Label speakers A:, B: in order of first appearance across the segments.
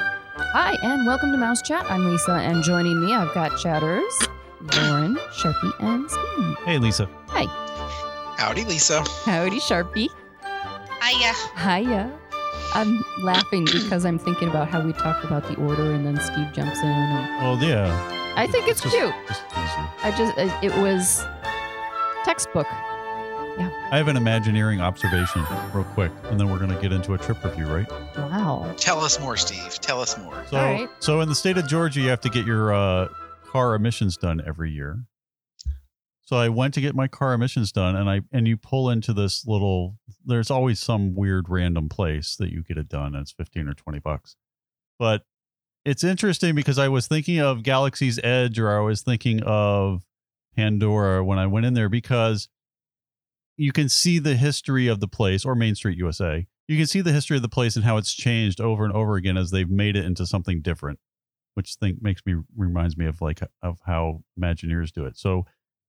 A: Hi, and welcome to Mouse Chat. I'm Lisa, and joining me, I've got chatters, Lauren, Sharpie, and Skeet.
B: Hey, Lisa.
C: Howdy, Lisa.
A: Howdy, Sharpie.
D: Hiya.
A: Hiya. I'm laughing because I'm thinking about how we talked about the order, and then Steve jumps in. And
B: Well, Oh, yeah.
A: I think it's
B: just-
A: cute.
B: just easier.
A: I just, I- it was textbook.
B: I have an Imagineering observation, real quick, and then we're gonna get into a trip review, right?
A: Wow.
C: Tell us more, Steve. Tell us more.
B: So,
A: All right.
B: so in the state of Georgia, you have to get your uh, car emissions done every year. So I went to get my car emissions done, and I and you pull into this little. There's always some weird random place that you get it done, and it's fifteen or twenty bucks. But it's interesting because I was thinking of Galaxy's Edge, or I was thinking of Pandora when I went in there because you can see the history of the place or Main Street USA. You can see the history of the place and how it's changed over and over again as they've made it into something different, which think makes me reminds me of like of how Imagineers do it. So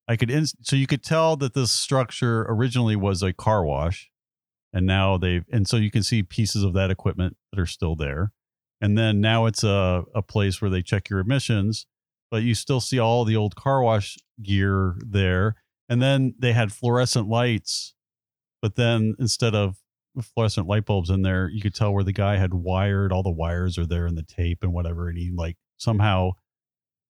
B: I could in, so you could tell that this structure originally was a car wash, and now they've and so you can see pieces of that equipment that are still there, and then now it's a a place where they check your emissions, but you still see all the old car wash gear there, and then they had fluorescent lights, but then instead of fluorescent light bulbs in there, you could tell where the guy had wired all the wires are there in the tape and whatever, and he like somehow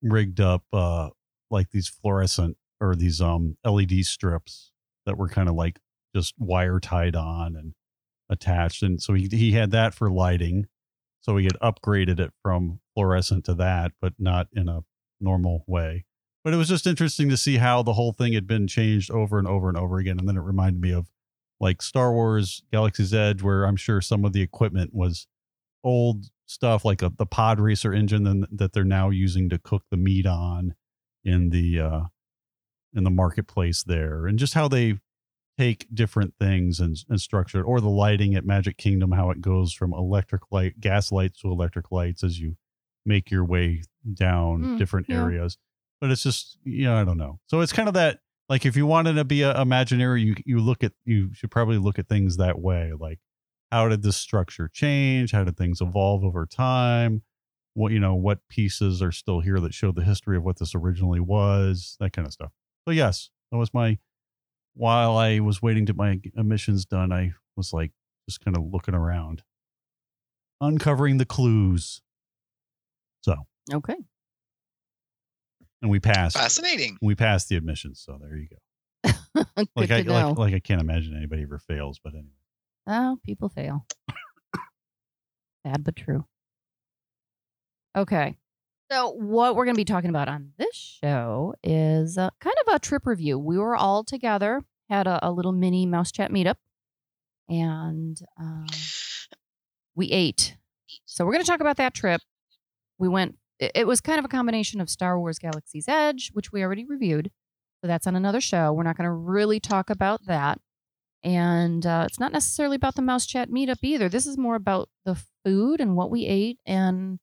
B: rigged up uh like these fluorescent or these um LED strips that were kind of like just wire tied on and attached, and so he he had that for lighting, so he had upgraded it from fluorescent to that, but not in a normal way but it was just interesting to see how the whole thing had been changed over and over and over again and then it reminded me of like star wars galaxy's edge where i'm sure some of the equipment was old stuff like a, the pod racer engine then, that they're now using to cook the meat on in the uh in the marketplace there and just how they take different things and, and structure it or the lighting at magic kingdom how it goes from electric light gas lights to electric lights as you make your way down
A: Mm,
B: different
A: yeah.
B: areas but it's just you know i don't know so it's kind of that like if you wanted to be a imaginary you you look at you should probably look at things that way like how did this structure change how did things evolve over time what you know what pieces are still here that show the history of what this originally was that kind of stuff so yes that was my while i was waiting to get my emissions done i was like just kind of looking around uncovering the clues
A: Okay.
B: and we passed
C: Fascinating.
B: we passed the admissions so there you go
A: Good
B: like
A: to
B: I
A: know.
B: like, like I can't imagine anybody ever fails, but anyway.
A: Oh, people fail. Bad but true. Okay. So, what we're going to be talking about on this show is uh, kind of a trip review. We were all together, had a, a little mini mouse chat meetup, and um, we ate. So, we're going to talk about that trip. We went, it, it was kind of a combination of Star Wars Galaxy's Edge, which we already reviewed. So, that's on another show. We're not going to really talk about that. And uh, it's not necessarily about the mouse chat meetup either. This is more about the food and what we ate and,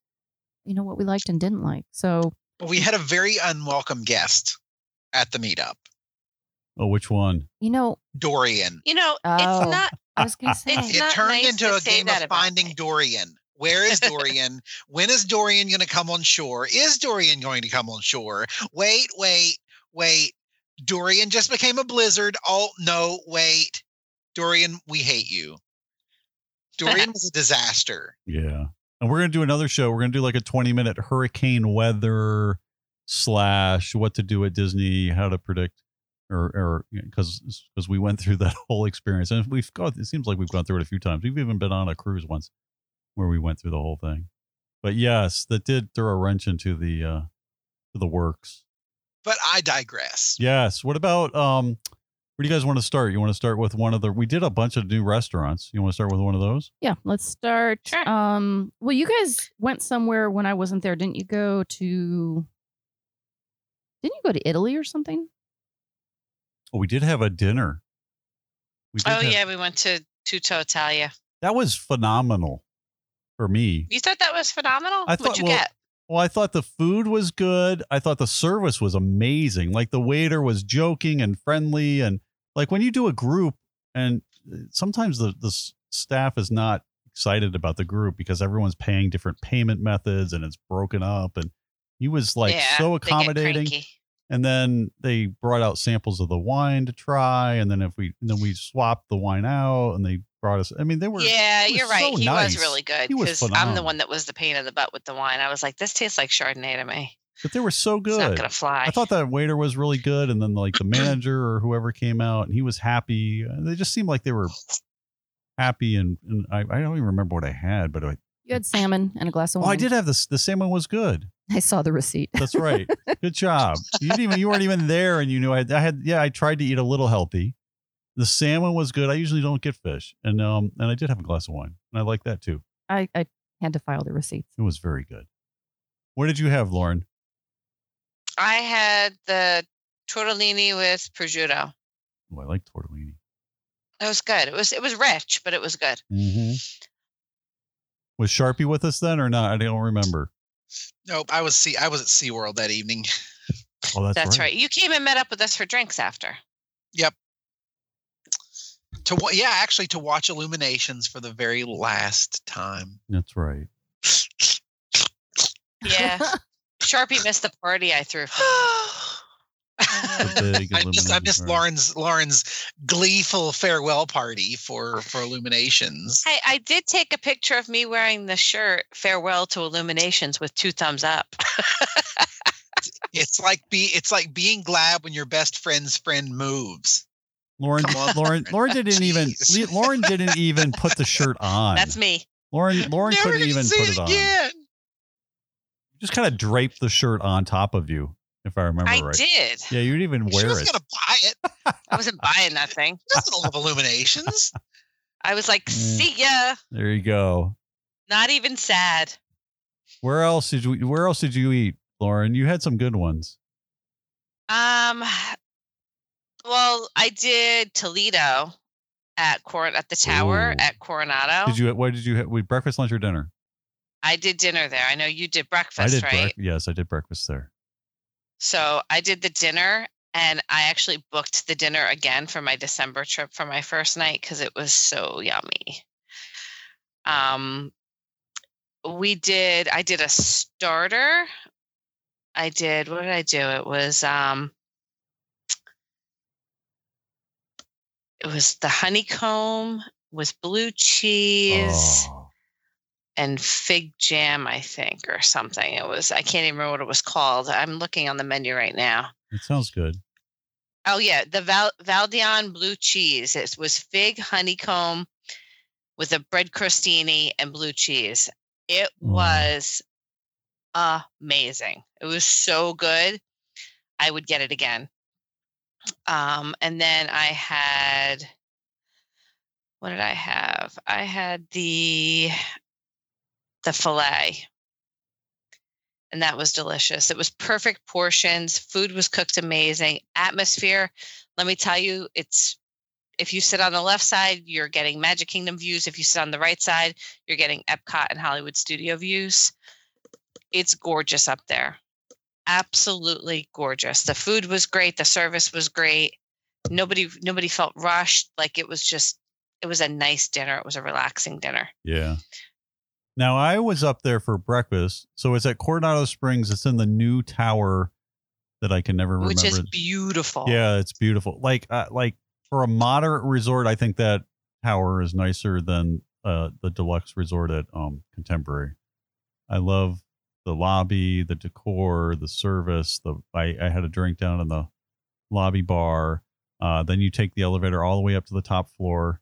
A: you know, what we liked and didn't like. So,
C: We had a very unwelcome guest at the meetup,
B: Oh, which one?
A: you know,
C: Dorian.
D: You know,
A: Oh.
D: it's not.
A: I was going to say,
D: It's
C: It
D: not
C: turned
D: nice
C: into
D: to
C: a
D: say
C: game
D: that
C: of
D: about
C: finding
D: me.
C: Dorian. Where is Dorian? when is Dorian going to come on shore? Is Dorian going to come on shore? Wait, wait, wait. Dorian just became a blizzard. Oh, no, wait. Dorian, we hate you. Dorian was a disaster.
B: Yeah. And we're gonna do another show. We're gonna do like a twenty minute hurricane weather slash what to do at Disney, how to predict or or because because we went through that whole experience and we've got it seems like we've gone through it a few times. We've even been on a cruise once where we went through the whole thing. But yes, that did throw a wrench into the uh to the works.
C: But I digress.
B: Yes. What about um where do you guys want to start? You want to start with one of the we did a bunch of new restaurants. You want to start with one of those?
A: yeah, let's start.
D: Sure.
A: Um, well, you guys went somewhere when I wasn't there. Didn't you go to, didn't you go to Italy or something?
B: Oh, we did have a dinner. We did
D: Oh
B: have-
D: yeah, we went to Tutto Italia.
B: That was phenomenal for me.
D: You thought that was phenomenal?
B: I thought-
D: What'd you
B: well-
D: get?
B: Well, I thought the food was good. I thought the service was amazing. Like the waiter was joking and friendly and like when you do a group and uh, sometimes the the s- staff is not excited about the group because everyone's paying different payment methods and it's broken up. And he was like
D: Yeah,
B: so
D: They get
B: accommodating.
D: cranky.
B: And then they brought out samples of the wine to try. And then if we and then we swapped the wine out and they brought us. I mean, they were
D: yeah,
B: he was
D: you're right.
B: so
D: he
B: nice.
D: was really good
B: He was
D: because I'm the
B: phenomenal.
D: one that was the pain in the butt with the wine. I was like, this tastes like Chardonnay to me.
B: but they were so
D: It's not
B: good.
D: gonna fly.
B: I thought that waiter was really good, and then like the manager or whoever came out, and he was happy. Uh, They just seemed like they were happy, and, and I, I don't even remember what I had, but I,
A: You had salmon and a glass of
B: oh,
A: wine.
B: I did have this. The salmon was good.
A: I saw the receipt.
B: That's right. good job. You didn't even you weren't even there, and you knew I, had- I had. Yeah, I tried to eat a little healthy. The salmon was good. I usually don't get fish, and um, and I did have a glass of wine, and I like that too.
A: I, I had to file the receipts.
B: It was very good. What did you have, Lauren?
D: I had the tortellini with prosciutto.
B: Oh, I like tortellini.
D: It was good. It was it was rich, but it was good.
B: Mm-hmm. Was Sharpie with us then or not? I don't remember.
C: Nope, I was see I was at SeaWorld that evening.
B: Oh, that's,
D: That's, right. You came and met up with us for drinks after.
C: To wa- yeah, actually to watch Illuminations for the very last time.
B: That's right.
D: Yeah. Sharpie missed the party I threw. for you.
C: I
B: big
C: missed, I
B: Illumination
C: missed
B: party.
C: Lauren's Lauren's gleeful farewell party for for Illuminations.
D: Hey, I did take a picture of me wearing the shirt "Farewell to Illuminations" with two thumbs up.
C: It's like be it's like being glad when your best friend's friend moves.
B: Lauren,
C: Come on,
B: Lauren, Lauren didn't even
C: Jeez.
B: Lauren didn't even put the shirt on.
D: That's me.
B: Lauren. Lauren
C: Never
B: couldn't
C: gonna
B: even
C: see
B: put
C: it
B: it on.
C: again.
B: Just kind of draped the shirt on top of you, if I remember
D: I
B: right.
D: did.
B: Yeah, you didn't even
C: she
B: wear
C: was
B: it.
C: gonna buy it.
D: I wasn't buying that thing.
C: She doesn't love Illuminations.
D: I was like,
B: Mm.
D: "See ya."
B: There you go.
D: Not even sad.
B: Where else did you Where else did you eat, Lauren? You had some good ones.
D: Um, well, I did Toledo at Coron at the Tower
B: Ooh.
D: at Coronado.
B: Did you? What did you? have? We breakfast, lunch, or dinner?
D: I did dinner there. I know you did breakfast,
B: I did.
D: right?
B: break- yes, I did breakfast there.
D: So I did the dinner and I actually booked the dinner again for my December trip for my first night because it was so yummy. Um, we did, I did a starter. I did, what did I do? It was, um, it was the honeycomb with blue cheese
B: Oh,
D: and fig jam, I think, or something. It was, I can't even remember what it was called. I'm looking on the menu right now.
B: it sounds good.
D: Oh yeah, the Val- Valdion blue cheese. It was fig honeycomb with a bread crostini and blue cheese. It
B: Wow.
D: was amazing. It was so good. I would get it again. Um, and then I had what did I have? I had the the fillet. And that was delicious. It was perfect portions. Food was cooked amazing. Atmosphere, let me tell you, it's if you sit on the left side, you're getting Magic Kingdom views. If you sit on the right side, you're getting Epcot and Hollywood Studio views. It's gorgeous up there. Absolutely gorgeous. The food was great, the service was great. Nobody nobody felt rushed. Like it was just it was a nice dinner. It was a relaxing dinner.
B: Yeah. Now I was up there for breakfast, so it's at Coronado Springs. It's in the new tower that I can never
D: Which is
B: remember.
D: beautiful.
B: yeah, it's beautiful. Like uh, like for a moderate resort, I think that tower is nicer than uh, the deluxe resort at um, Contemporary. I love the lobby, the decor, the service. The I, I had a drink down in the lobby bar. Uh, then you take the elevator all the way up to the top floor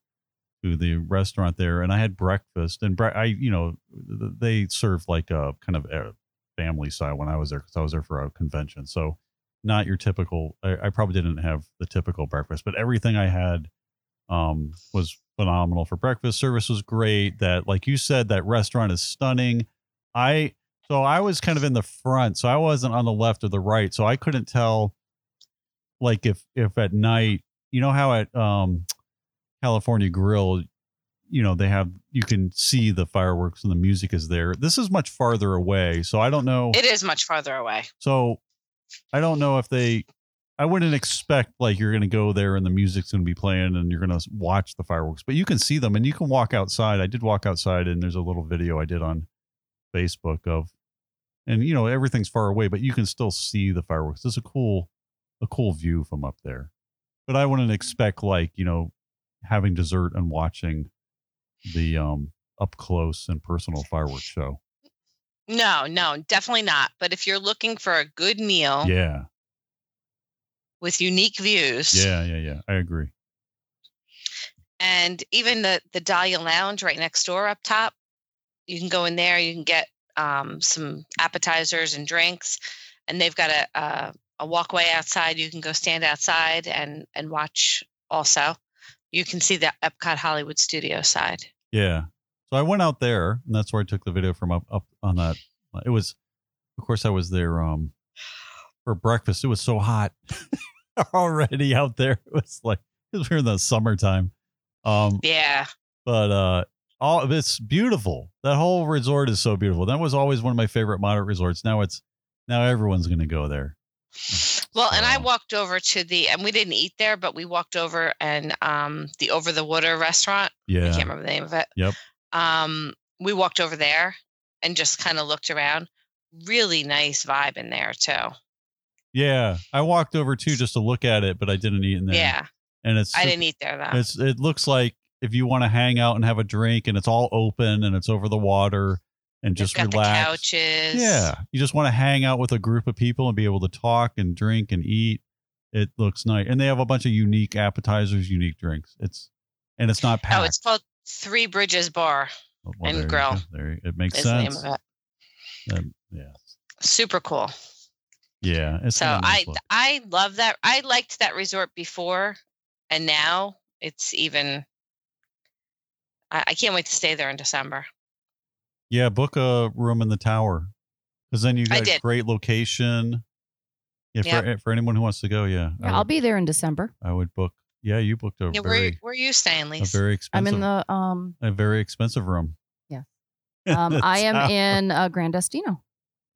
B: to the restaurant there, and I had breakfast. And bre- I, you know, th- they serve like a kind of a family side when I was there because I was there for a convention. So not your typical. I, I probably didn't have the typical breakfast, but everything I had um, was phenomenal for breakfast. Service was great. That, like you said, that restaurant is stunning. I so I was kind of in the front, so I wasn't on the left or the right, so I couldn't tell. Like if if at night, you know how at um, California Grill, you know they have you can see the fireworks and the music is there. This is much farther away, so I don't know.
D: It is much farther away.
B: So I don't know if they. I- I wouldn't expect like you're going to go there and the music's going to be playing and you're going to watch the fireworks, but you can see them and you can walk outside. I did walk outside and there's a little video I did on Facebook of, and you know everything's far away, but you can still see the fireworks. It's a cool, a cool view from up there. But I wouldn't expect like you know having dessert and watching the um up close and personal fireworks show.
D: No, no, definitely not. But if you're looking for a good meal
B: Yeah,
D: with unique views,
B: yeah, yeah, yeah. I agree.
D: and even the the Dahlia Lounge right next door up top, you can go in there. You can get um, some appetizers and drinks, and they've got a, a a walkway outside. You can go stand outside and and watch. Also, you can see the Epcot Hollywood Studio side.
B: Yeah. So I went out there, and that's where I took the video from up up on that. uh, It was, of course, I was there um for breakfast. It was so hot already out there. It was like it was in the summertime. Um,
D: Yeah,
B: but uh, all it's beautiful. That whole resort is so beautiful. That was always one of my favorite moderate resorts. Now it's now everyone's gonna go there.
D: Well, and I
B: So-
D: walked over to the, and we didn't eat there, but we walked over and um, the over the water restaurant. I
B: Yeah.
D: can't remember the name of it.
B: Yep.
D: Um, we walked over there and just kind of looked around. Really nice vibe in there too.
B: Yeah. I walked over too just to look at it, but I didn't eat in there.
D: Yeah,
B: And it's
D: I
B: super-
D: didn't eat there though.
B: It's it looks like if you want to hang out and have a drink and it's all open and it's over the water and
D: They've
B: just
D: got
B: relax.
D: the couches.
B: Yeah. You just want to hang out with a group of people and be able to talk and drink and eat. It looks nice. And they have a bunch of unique appetizers, unique drinks. It's and it's not packed.
D: Oh, it's called Three Bridges Bar.
B: Well,
D: and
B: there you
D: grill
B: go. There, it makes
D: Is
B: sense.
D: the name of it.
B: Um, yeah.
D: Super cool.
B: Yeah. It's
D: So
B: got a nice
D: I
B: look.
D: I love that. I liked that resort before, and now it's even. I, I can't wait to stay there in December.
B: Yeah, book a room in the tower because then you
D: I
B: got a
D: did.
B: great location. Yeah, for, eh, for anyone who wants to go, yeah, I
A: Yeah, I'll
B: would-
A: be there in December.
B: I would book. Yeah, you booked a
D: Yeah, where
B: very
D: where are you staying,
B: a
D: Lisa?
B: very
A: I'm
B: expensive
A: in the um
B: a very expensive room.
A: Yeah.
B: In
A: um
B: the
A: I am
B: tower.
A: in uh, Grandestino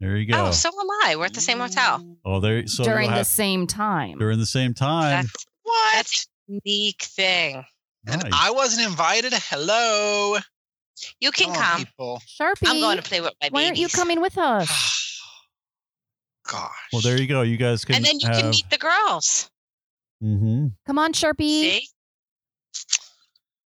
B: There you go.
D: Oh, so am I. We're at the same hotel.
B: oh, there. So
A: during
B: during
A: the
B: have,
A: same time.
B: during the same time.
D: That's
C: What?
D: that's a unique thing.
C: and
B: Nice.
C: I wasn't invited. Hello.
D: You
A: Oh,
D: can
C: on,
D: come.
C: people.
A: Sharpie,
D: I'm going to play with my
A: why aren't you
D: babies.
A: coming with us?
C: Gosh.
B: well, there you go. You guys can.
D: And then you
B: have,
D: can meet the girls.
B: hmm
A: Come on, Sharpie.
D: See?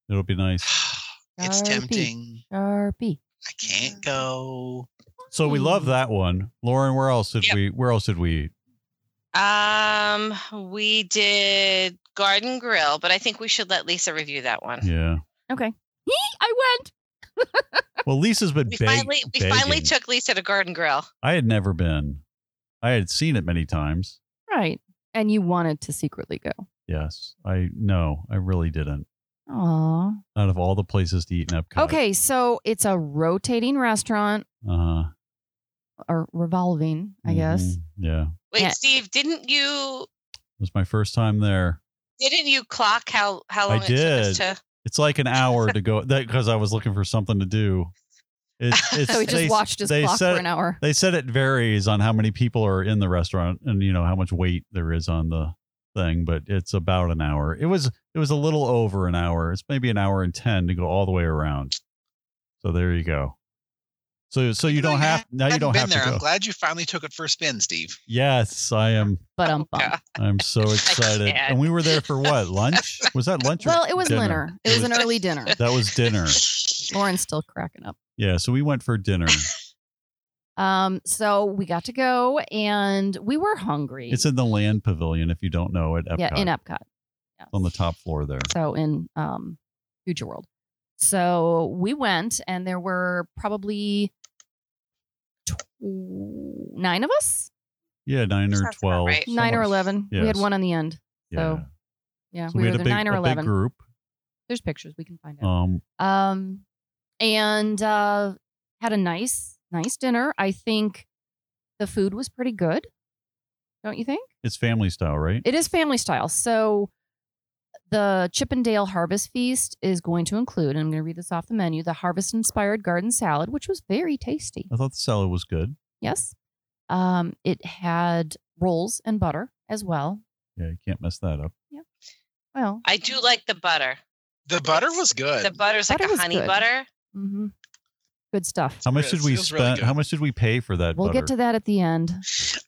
B: It'll be nice.
C: It's
A: Sharpie.
C: tempting.
A: Sharpie.
C: I can't go.
B: So we love that one, Lauren. Where else did
D: Mm-hmm. Yep.
B: we? Where else did we eat?
D: Um, we did Garden Grill, but I think we should let Lisa review that one.
B: Yeah.
A: I went.
B: Well, Lisa's been
D: We
B: beg-
D: finally we finally
B: begging.
D: took Lisa to Garden Grill.
B: I had never been. I had seen it many times.
A: Right. And you wanted to secretly go.
B: Yes, I no, I really didn't.
A: Aw.
B: Out of all the places to eat in Epcot,
A: Okay, so it's a rotating restaurant
B: uh,
A: or revolving, I guess.
B: Mm-hmm. yeah, it
D: Wait,
A: Yeah.
D: Steve, didn't you
B: was my first time there.
D: didn't you clock how how
B: I
D: long it took us
B: did.
D: to
B: It's like an hour to go that because I was looking for something to do. It's, it's,
A: So he just
B: they-
A: watched his
B: they
A: clock
B: said,
A: for an hour.
B: They said it varies on how many people are in the restaurant and you know how much weight there is on the thing, but it's about an hour. It was it was a little over an hour. It's maybe an hour and ten to go all the way around. So there you go. So so you
C: No,
B: don't
C: you
B: have now you
C: Hadn't
B: don't
C: been
B: have
C: there.
B: to go.
C: I'm glad you finally took it for a spin, Steve.
B: Yes, I am.
A: But um, bum.
D: Yeah.
B: I'm so excited.
D: can't.
B: and we were there for what? Lunch? Was that lunch? or
A: well, it was
B: dinner?
A: dinner. It was an early dinner.
B: That was dinner.
A: Lauren's still cracking up.
B: Yeah, so we went for dinner.
A: Um, so we got to go and we were hungry.
B: It's in the Land Pavilion, if you don't know it. Epcot.
A: yeah, in Epcot. Yeah.
B: on the top floor there.
A: So in um Future World. So we went and there were probably tw- nine of us.
B: Yeah, nine or
D: Sounds about
B: twelve,
D: right.
A: Nine or
B: somewhere-
A: eleven. We had
B: Yes.
A: one on the end.
B: Yeah.
A: so, Yeah,
B: So
A: we, were
B: had a
A: there
B: big,
A: nine or
B: a big
A: eleven.
B: group.
A: There's pictures we can find out.
B: Um,
A: Um, and uh, had a nice, nice dinner. I think the food was pretty good. Don't you think?
B: it's family style, right?
A: It is family style. So the Chippendale Harvest Feast is going to include, and I'm going to read this off the menu, the harvest inspired garden salad, which was very tasty.
B: I thought the salad was good.
A: Yes. Um, it had rolls and butter as well.
B: Yeah, you can't mess that up.
A: Well,
D: I do like the butter.
C: The butter was good.
D: The butter's like
A: Butter
D: a
A: was
D: honey
A: good.
D: butter.
A: hmm good stuff.
B: How much
C: Yeah,
B: did
C: it
B: we
C: feels really
B: spend?
C: good.
B: how much did we pay for that?
A: We'll
B: butter?
A: get to that at the end.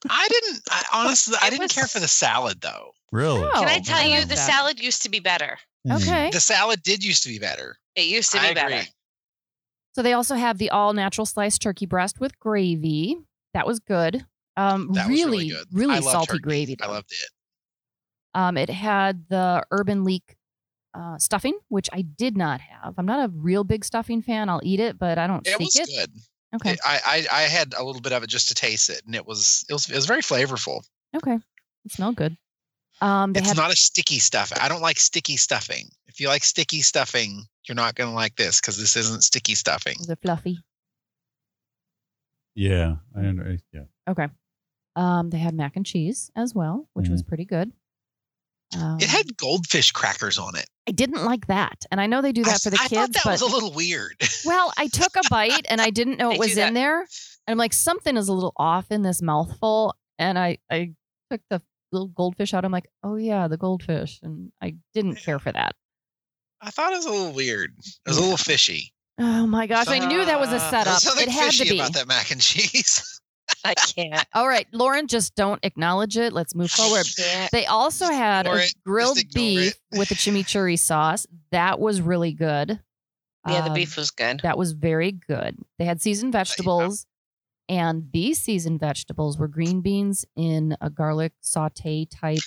C: I didn't. I, honestly, I
D: It
C: didn't
D: was-
C: care for the salad though.
B: really.
A: Oh,
D: Can I
A: I
D: tell you
A: like
D: the
A: that.
D: salad used to be better?
B: Hmm.
A: Okay.
C: The salad did used to be better.
D: It used to be
C: I agree.
D: better.
A: So they also have the all natural sliced turkey breast with gravy. That was good. Um,
C: That
A: really,
C: was really good.
A: really
C: I loved
A: salty
C: turkey.
A: gravy.
C: I
A: though.
C: loved it.
A: Um, it had the urban leek uh, stuffing, which I did not have. I'm not a real big stuffing fan. I'll eat it, but I don't seek
C: It was
A: it.
C: good.
A: Okay.
C: It- I, I I had a little bit of it just to taste it, and it was it was it was very flavorful.
A: Okay. It smelled good. Um, they
C: it's
A: had
C: not a sticky stuff. I don't like sticky stuffing. If you like sticky stuffing, you're not gonna like this because this isn't sticky stuffing.
A: was it fluffy?
B: Yeah, I under, eh, yeah.
A: Um, they had mac and cheese as well, which was pretty good. Um,
C: It had goldfish crackers on it.
A: I didn't like that, and I know they do
C: I-
A: that for the
C: I,
A: kids.
C: thought that
A: but
C: was a little weird.
A: Well, I took a bite and I didn't know
D: They
A: it
D: do
A: was in
D: that.
A: there. And I'm like, something is a little off in this mouthful. And I, I took the little goldfish out. I'm like, oh yeah, the goldfish. And I didn't care for that.
C: I thought it was a little weird. It was a little fishy.
A: Oh my gosh, I knew that was a
D: Uh,
C: There was
A: setup.
C: something
A: It had to
C: fishy
A: be.
C: about that mac and cheese.
D: I can't.
A: All right, Lauren, just don't acknowledge it. Let's move forward.
D: can't.
A: They also had
C: Ignore
A: a
C: it.
A: grilled
C: Just ignore
A: beef with a chimichurri sauce. That was really good.
D: Yeah, the
A: Um,
D: beef was good.
A: That was very good. They had seasoned vegetables, and these seasoned vegetables were green beans in a garlic saute type.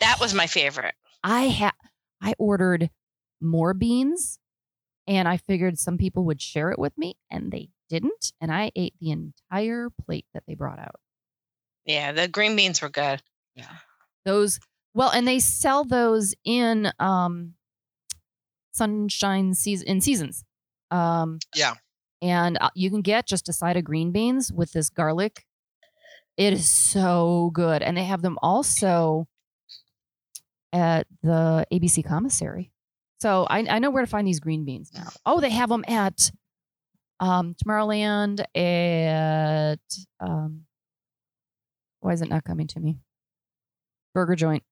D: That was my favorite.
A: I had I ordered more beans, and I figured some people would share it with me, and they didn't. And I ate the entire plate that they brought out.
D: Yeah, the green beans were good.
A: Those well, and they sell those in um, sunshine season in seasons. Um,
C: Yeah.
A: and uh, you can get just a side of green beans with this garlic. It is so good, and they have them also at the ABC commissary. So I, I know where to find these green beans now. Oh, they have them at um, Tomorrowland. At um, why is it not coming to me? Burger joint.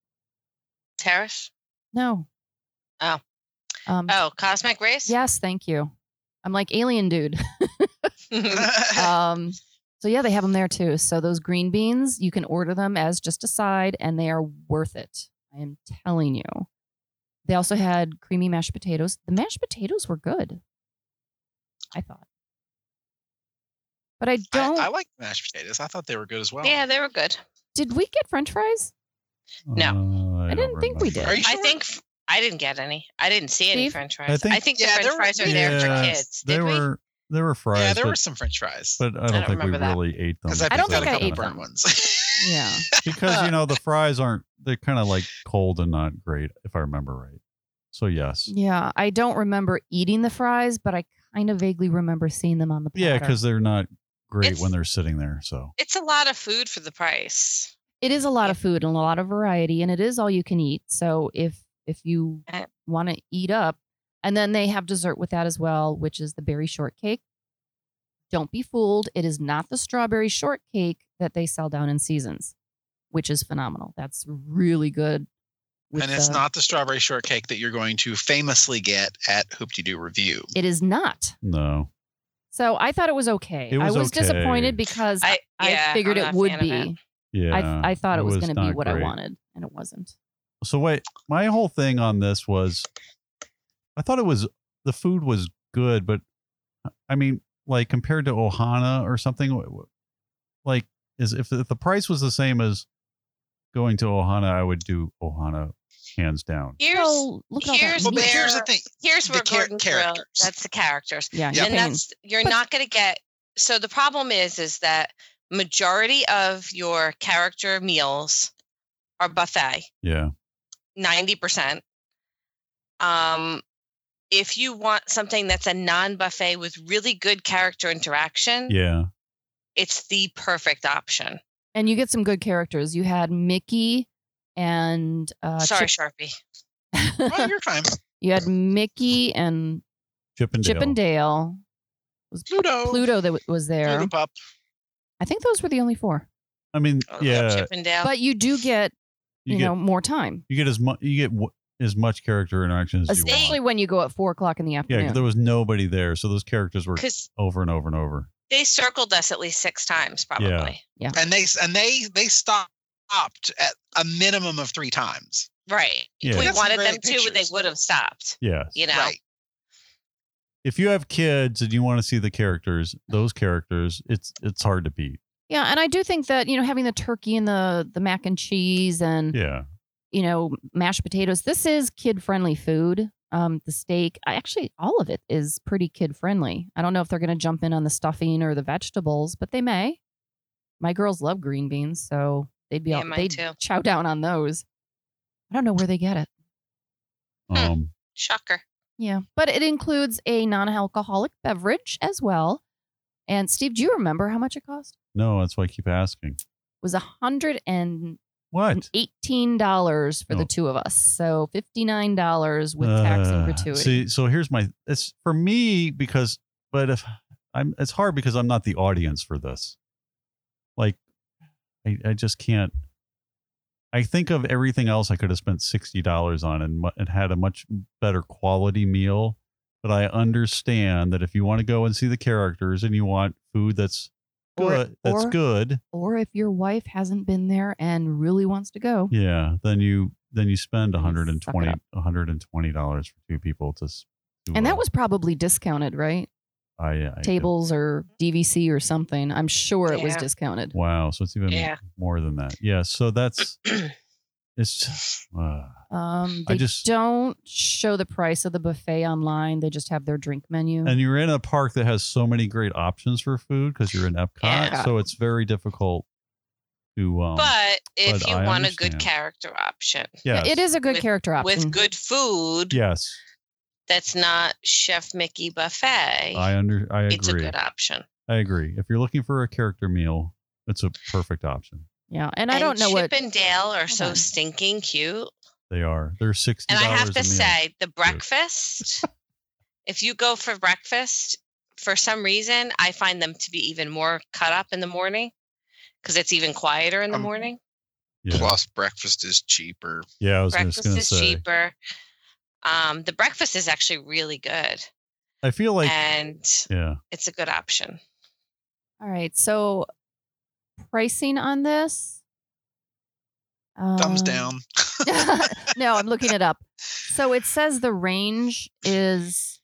D: Terrace?
A: No.
D: Oh.
A: Um,
D: Oh, Cosmic Race?
A: Yes, thank you. I'm like alien dude. um, so yeah, they have them there too. So those green beans, you can order them as just a side, and they are worth it. I am telling you. They also had creamy mashed potatoes. The mashed potatoes were good. I thought, but I don't.
C: I, I like mashed potatoes. I thought they were good as well.
D: yeah, they were good.
A: did we get French fries?
B: No,
A: I didn't think we did.
C: Are you
D: I
C: sure?
D: think f- I didn't get any. I didn't see any
A: Steve?
D: French fries. I
B: think-
D: think,
C: Yeah,
D: the
C: there
D: French
C: were-
D: fries are
C: yeah,
D: there
B: yeah,
D: for kids.
B: They
D: Did we?
B: were there were fries,
C: yeah, there
B: but,
C: were some French fries.
B: but I
D: I
B: don't
D: don't
B: think we
D: remember that.
B: really ate them.
C: Because I
A: I
C: picked
A: don't
C: out a
A: think I
C: couple
A: ate
C: burnt
A: them.
C: ones.
A: Yeah.
B: because you know the fries aren't they're kind of like cold and not great if I remember right. So yes,
A: Yeah, I don't remember eating the fries, but I kind of vaguely remember seeing them on the platter.
B: yeah, because they're not great
D: It's-
B: when they're sitting there. So
D: It's a lot of food for the price.
A: it is a lot of food and a lot of variety, and it is all you can eat. So if if you
D: Uh.
A: want to eat up, and then they have dessert with that as well, which is the berry shortcake. Don't be fooled; it is not the strawberry shortcake that they sell down in Seasons, which is phenomenal. That's really good. with
C: and it's
A: the-
C: not the strawberry shortcake that you're going to famously get at Hoop Doo Review.
A: It is not.
B: no,
A: So I thought it was okay.
B: It was
A: I was
B: okay.
A: disappointed because I,
D: I, yeah,
A: figured
D: I'm
A: it
D: not a
A: would
D: fan of
A: be.
D: it.
B: yeah,
A: I, I thought it was, going to be
B: not
A: what I
B: great.
A: wanted, and it wasn't.
B: So wait, my whole thing on this was, I thought it was the food was good, but I mean, like compared to Ohana or something, w- w- like is if, if the price was the same as going to Ohana, I would do Ohana hands down.
D: Here's
A: So look at all that
D: here's
C: Well, but
A: meat.
D: where-
C: here's the thing.
D: here's
C: the
D: where
C: char-
D: Gordon Grill.
C: characters.
D: That's the characters.
A: yeah,
C: Yeah.
A: you're
D: and
A: paying-
D: that's you're
A: But-
D: not going to get so the problem is is that majority of your character meals are buffet
B: Yeah,
D: 90% um if you want something that's a non-buffet with really good character interaction
B: yeah,
D: it's the perfect option
A: and you get some good characters. You had Mickey and uh,
D: sorry
A: Chip-
D: sharpie
C: Oh, you're fine.
A: you had Mickey and
B: Chip and
A: Chip and Dale.
C: Pluto.
A: Pluto that w- was there.
C: Pluto pup.
A: I think those were the only four.
B: I mean,
D: Oh,
B: yeah,
D: chippendale
A: But you do get you,
B: You, get
A: know, more time.
B: you get as much you get w- as much character interaction as you
A: Especially
B: want.
A: when you go at four o'clock in the
B: Yeah,
A: afternoon.
B: 'cause there was nobody there, so those characters were
D: because
B: over and over and over.
D: they circled us at least six times, probably.
C: and they and they they stopped at a minimum of three times.
D: Right.
B: Yeah.
D: If
B: We
D: we
C: got some
D: wanted them
C: great
D: to, they
C: pictures.
D: would have stopped.
B: Yeah.
D: You know.
C: Right.
B: If you have kids and you want to see the characters, those characters, it's it's hard to beat.
A: Yeah, and I do think that you know having the turkey and the the mac and cheese and
B: Yeah.
A: you know mashed potatoes. This is kid friendly food. Um, the steak, I actually all of it is pretty kid friendly. I don't know if they're going to jump in on the stuffing or the vegetables, but they may. My girls love green beans, so they'd be
D: Yeah,
A: all
D: mine
A: they
D: too.
A: chow down on those. I don't know where they get it.
D: Hmm.
B: Um
D: Shocker.
A: Yeah, but it includes a non-alcoholic beverage as well. And Steve, do you remember how much it cost?
B: no, that's why I keep asking.
A: It was a hundred and
B: What?
A: eighteen dollars for
B: Oh.
A: the two of us. So fifty nine dollars with tax
B: Uh,
A: and gratuity.
B: See, so here's my it's for me because but if I'm it's hard because I'm not the audience for this. Like I, I just can't I think of everything else I could have spent sixty dollars on and, mu- and had a much better quality meal. But I understand that if you want to go and see the characters and you want food that's
A: Or-
B: good, that's
A: or-
B: good,
A: Or if your wife hasn't been there and really wants to go,
B: yeah, then you then you spend
A: Suck it
B: 120
A: up.
B: 120 dollars for two people to. s- to,
A: and
B: uh,
A: that was probably discounted, right?
B: I, I
A: Tables or DVC or something. I'm sure it was
D: Yeah.
A: discounted.
B: Wow, so it's even
D: Yeah.
B: more than that. Yeah, so that's it's just, uh,
A: Um,
B: I
A: they
B: just-
A: don't show the price of the buffet online. They just have their drink menu.
B: and you're in a park that has so many great options for food because you're in Epcot,
D: Yeah.
B: so it's very difficult to. Um,
D: but if
B: but
D: you
B: I
D: want a
B: understand.
D: good character option
B: yes,
A: It is a good character option.
D: with good food
B: Yes,
D: that's not Chef Mickey buffet,
B: I under I
D: it's a
B: agree.
D: good option.
B: I agree. If you're looking for a character meal, it's a perfect option.
A: yeah, and I don't know
D: Chip
A: what.
D: and Dale are so
A: on.
D: stinking cute.
B: They are they're sixty.
D: And I have
B: a
D: to
B: meal.
D: say, the breakfast, if you go for breakfast, for some reason, I find them to be even more cut up in the morning because it's even quieter in the
C: Um,
D: morning.
B: yeah,
C: Plus, breakfast is cheaper.
B: yeah, I was just
D: Breakfast
B: gonna
D: is
B: say.
D: cheaper. Um, the breakfast is actually really good
B: I feel like
D: and
B: yeah,
D: it's a good option.
A: All right, so pricing on this.
C: Thumbs
A: Um,
C: down.
A: no, I'm looking it up. So it says the range is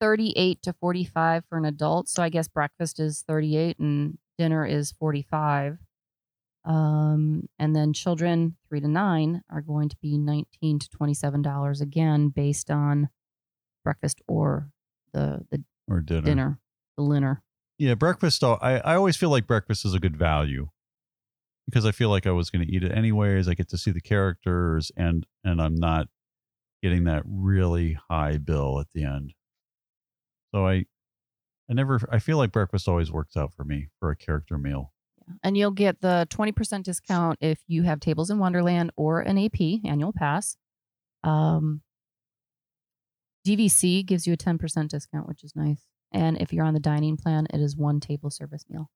A: 38 to 45 for an adult. So I guess breakfast is 38 and dinner is 45. Um, and then children three to nine are going to be 19 to 27 dollars again, based on breakfast or the the
B: or
A: dinner, the dinner.
B: Yeah, breakfast. al- I, I always feel like breakfast is a good value because I feel like I was going to eat it anyways. I get to see the characters, and and I'm not getting that really high bill at the end. So I, I never. I feel like breakfast always works out for me for a character meal.
A: And you'll get the 20% discount if you have Tables in Wonderland or an AP annual pass. Um, DVC gives you a 10% discount, which is nice. And if you're on the dining plan, it is one table service meal.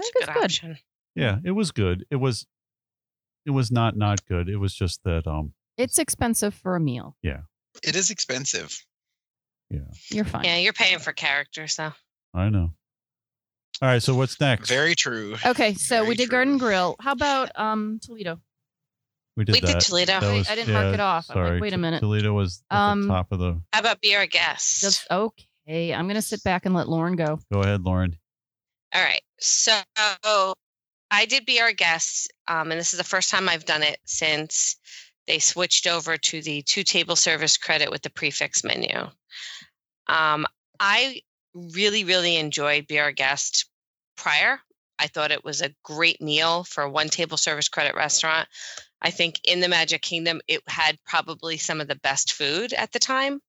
A: I
D: It's
A: think
D: a
A: it's
D: good,
A: good.
D: option.
B: Yeah, it was good. It was, it was not not good. It was just that um.
A: It's expensive for a meal.
C: It is expensive.
A: You're fine.
D: Yeah, you're paying for characters though.
B: I know. All right, so what's next?
C: Very true.
A: Okay, so
C: Very
A: we did
C: true.
A: Garden Grill. How about um Toledo?
B: we did
D: we did
B: that.
D: Toledo.
B: That
A: I- I didn't mark it off. I'm like,
B: Sorry,
A: wait a
B: T-
A: minute.
B: Toledo was at
A: Um,
B: the top of the.
D: How about be our guest?
A: Just okay. I'm gonna sit back and let Lauren go.
B: Go ahead, Lauren.
D: All right. So I did be our guest, um, and this is the first time I've done it since they switched over to the two table service credit with the prefix menu. Um, I really, really enjoyed be our guest prior. I thought it was a great meal for a one table service credit restaurant. I think in the Magic Kingdom, it had probably some of the best food at the time.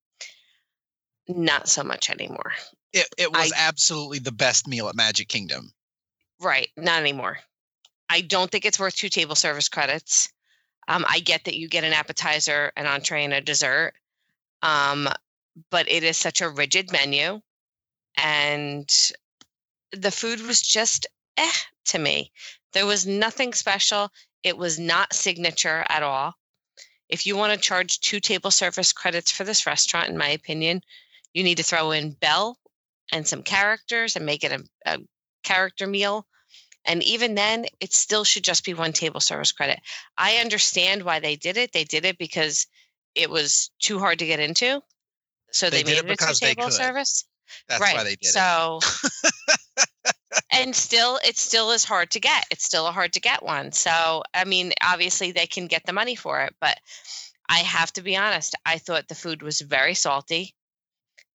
D: Not so much anymore.
C: It, it was
D: I-
C: absolutely the best meal at Magic Kingdom.
D: Right. Not anymore. I don't think it's worth two table service credits. Um, I get that you get an appetizer, an entree, and a dessert. Um, but it is such a rigid menu. And the food was just eh to me. There was nothing special. It was not signature at all. If you want to charge two table service credits for this restaurant, in my opinion, you need to throw in Bell and some characters and make it a, a character meal. And even then, it still should just be one table service credit. I understand why they did it. They did it because it was too hard to get into. So
C: They
D: they,
C: did
D: made
C: it
D: it, a
C: because
D: two
C: they
D: table
C: could.
D: service.
C: That's
D: right.
C: why they did it.
D: so, and still, it still is hard to get. It's still a hard to get one. So, I mean, obviously they can get the money for it, but I have to be honest. I thought the food was very salty.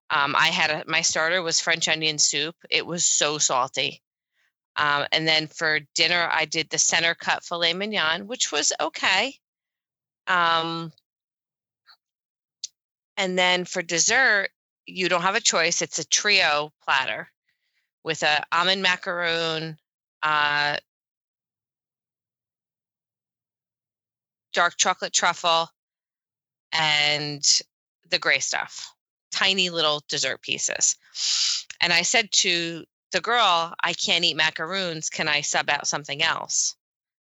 D: Um, I had a, my starter was French onion soup. It was so salty. Um, and then for dinner, I did the center cut filet mignon, which was okay. Um, and then for dessert, you don't have a choice. It's a trio platter with a almond macaroon, uh, dark chocolate truffle, and the gray stuff. Tiny little dessert pieces. And I said to the girl, I can't eat macaroons. Can I sub out something else?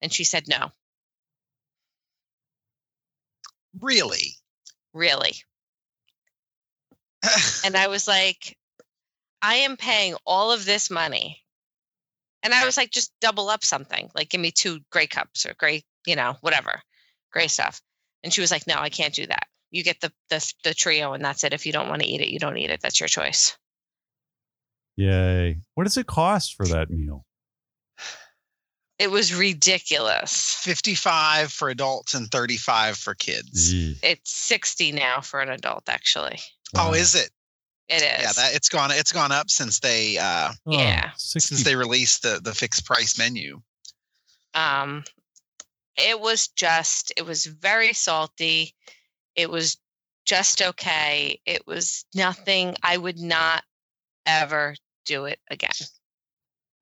D: And she said, no,
C: Really?
D: really. And I was like, I am paying all of this money. And I was like, just double up something. Like, give me two gray cups or gray, you know, whatever, gray stuff. And she was like, no, I can't do that. You get the the, the trio, and that's it. If you don't want to eat it, you don't eat it. That's your choice.
B: Yay. What does it cost for that meal?
D: It was ridiculous.
C: 55 for adults and 35 for kids.
D: It's 60 now for an adult, actually.
C: Oh, is it?
D: It is.
C: Yeah, that it's gone it's gone up since they uh
B: Oh,
D: yeah.
B: 60
C: since they released the the fixed price menu.
D: um it was just it was very salty it was just okay it was nothing i would not ever do it again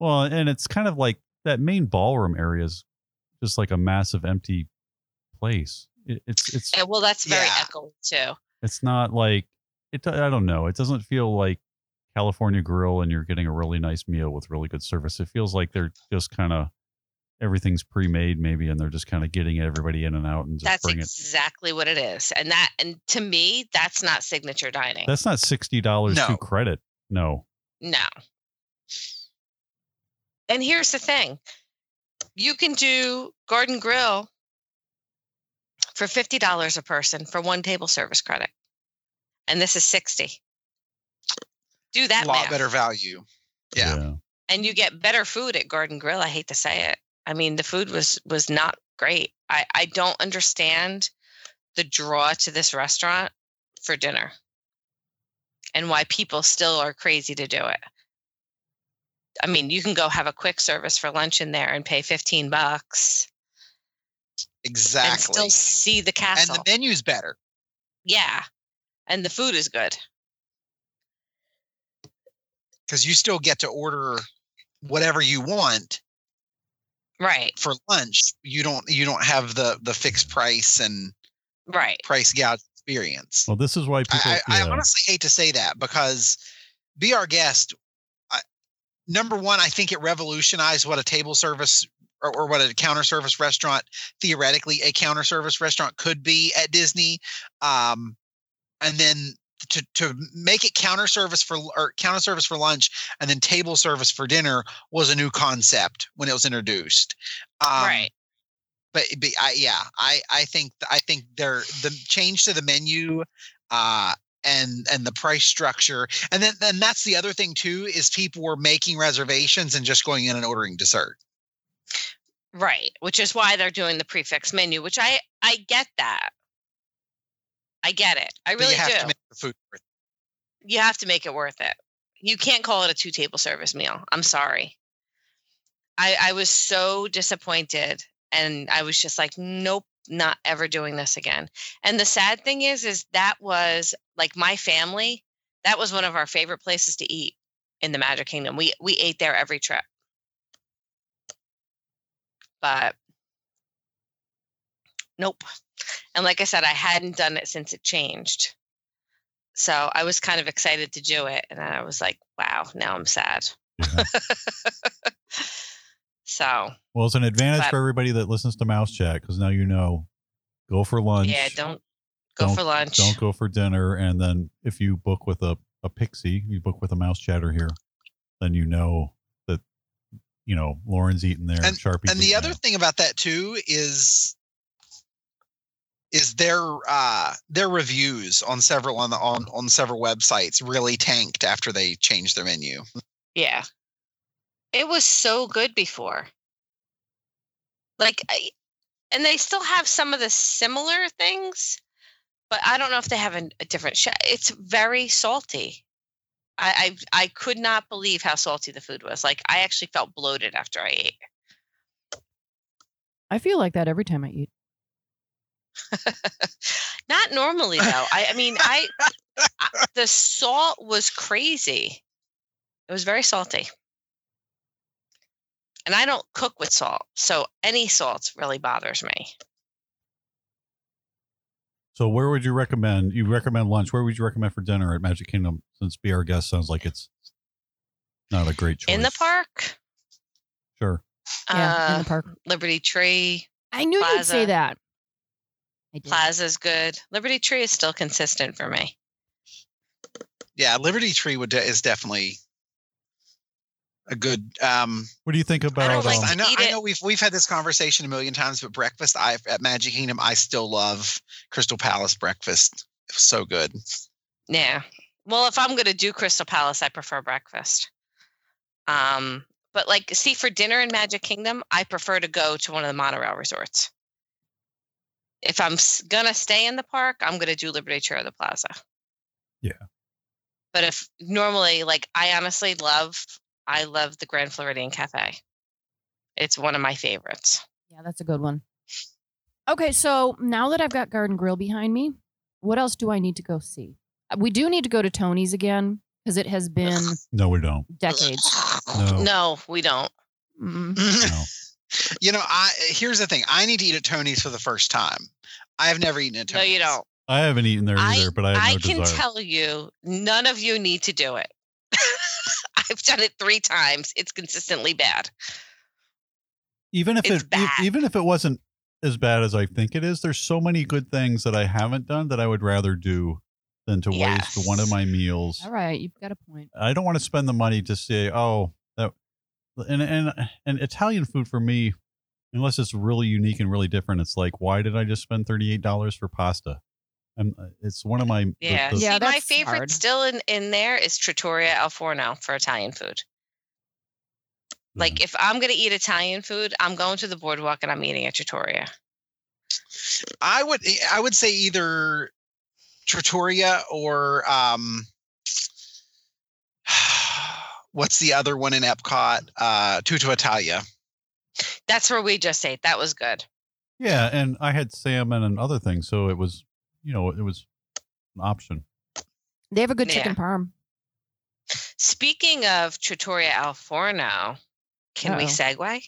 B: Well, and it's kind of like that main ballroom area is just like a massive empty place. It, it's it's
D: and well that's very
C: Yeah.
D: echoey too
B: it's not like it. do- I don't know. It doesn't feel like California Grill, and you're getting a really nice meal with really good service. It feels like they're just kind of everything's pre-made, maybe, and they're just kind of getting everybody in and out and just
D: that's
B: bring it.
D: exactly what it is and that and to me that's not signature dining
B: That's not sixty dollars
C: No.
B: to credit. No.
D: No. And here's the thing you can do Garden Grill for $50 a person for one table service credit. And this is 60 Do that
C: a lot
D: math.
C: better value. Yeah.
D: And you get better food at Garden Grill. I hate to say it. I mean, the food was was not great. I, I don't understand the draw to this restaurant for dinner and why people still are crazy to do it. I mean, you can go have a quick service for lunch in there and pay 15 bucks and
C: Exactly.
D: still see the
C: And
D: castle.
C: the menu's better.
D: yeah. And the food is good.
C: because you still get to order whatever you want
D: Right.
C: for lunch. You don't you don't have the the fixed price and
D: Right.
C: price gouge experience.
B: Well, this is why people.
C: I, I, I
B: yeah.
C: honestly hate to say that because be our guest. I, number one, I think it revolutionized what a table service or, or what a counter service restaurant theoretically a counter service restaurant could be at Disney, um, and then to to make it counter service for or counter service for lunch and then table service for dinner was a new concept when it was introduced. Um,
D: right.
C: but, but I, yeah, I I think I think they're the change to the menu, uh, and and the price structure, and then then that's the other thing too is people were making reservations and just going in and ordering dessert.
D: Right, which is why they're doing the prefix menu, which I I get that. I get it. I
C: But you
D: really
C: have
D: do.
C: to make the food. worth it.
D: you have to make it worth it. You can't call it a two table service meal. I'm sorry. I I was so disappointed and I was just like nope, not ever doing this again. And the sad thing is is that was like my family, that was one of our favorite places to eat in the Magic Kingdom. We we ate there every trip. But nope. And like I said, I hadn't done it since it changed. So I was kind of excited to do it. And I was like, wow, now I'm sad. So
B: Well, it's an advantage
D: But-
B: for everybody that listens to Mouse Chat because now you know. Go for lunch.
D: yeah, don't go
B: Don't-
D: for lunch.
B: Don't go for dinner, and then if you book with a a pixie, you book with a mouse chatter here, then you know that you know Lauren's eating there, and, Sharpie's
C: and the
B: eating
C: other
B: there.
C: thing about that too is is their uh their reviews on several on the on on several websites really tanked after they changed their menu
D: Yeah. It was so good before. Like, I, and they still have some of the similar things, but I don't know if they have an- a, different. Sh- it's very salty. I, I I could not believe how salty the food was. Like, I actually felt bloated after I ate.
A: I feel like that every time I eat.
D: Not normally though. I, I mean, I, I the salt was crazy. It was very salty. And I don't cook with salt, so any salt really bothers me.
B: So where would you recommend? You recommend lunch. Where would you recommend for dinner at Magic Kingdom? Since be our guest sounds like it's not a great choice.
D: In the park,
B: Sure.
A: Yeah, in
D: uh,
A: the park.
D: Liberty Tree
A: I knew you'd say
D: Plaza.
A: that. I did.
D: Plaza's good. Liberty Tree is still consistent for me.
C: yeah liberty tree would de- is definitely a good um
B: What do you think about?
D: don't like
B: um,
C: I know
D: eat
C: I
D: it.
C: know we've we've had this conversation a million times but breakfast I at Magic Kingdom I still love Crystal Palace breakfast It was so good
D: Yeah. Well, if I'm going to do Crystal Palace, I prefer breakfast. Um, but like, see, for dinner in Magic Kingdom, I prefer to go to one of the monorail resorts. If I'm s- gonna stay in the park, I'm gonna do Liberty Tree or the Plaza.
B: Yeah.
D: But if normally, like, I honestly love, I love the Grand Floridian Cafe. It's one of my favorites.
A: Yeah, that's a good one. Okay, so now that I've got Garden Grill behind me, what else do I need to go see? Uh, We do need to go to Tony's again because it has been
B: no, we don't.
A: decades.
B: No.
D: No, we don't.
A: Mm.
B: No.
C: you know I here's the thing I need to eat at Tony's for the first time I have never eaten at
D: No,
C: Tony's
D: you don't.
B: I haven't eaten there
D: I-
B: either, but I have
D: I
B: no
D: can
B: desire.
D: tell you, none of you need to do it. I've done it three times. It's consistently bad.
B: even if it
D: It's
B: e-
D: bad.
B: even if it wasn't as bad as I think it is, there's so many good things that I haven't done that I would rather do than to
D: Yes.
B: waste one of my meals.
A: All right, you've got a point.
B: I don't want to spend the money to say, oh, that and and and Italian food for me, unless it's really unique and really different, it's like, why did I just spend thirty eight dollars for pasta? And uh, it's one of my the-
D: Yeah.
B: the-
A: Yeah,
D: See, my
A: that's
D: favorite
A: hard.
D: still in, in there is Trattoria Al Forno for Italian food.
B: Mm.
D: Like, if I'm going to eat Italian food, I'm going to the boardwalk and I'm eating at Trattoria.
C: I would eh, I would say either Trattoria or um what's the other one in Epcot? Uh Tutto Italia.
D: That's where we just ate. That was good.
B: yeah, and I had salmon and other things, so it was you know it was an option.
A: They have a good chicken
D: Yeah.
A: parm.
D: Speaking of Trattoria Al Forno, can we
A: Uh-oh.
D: segue?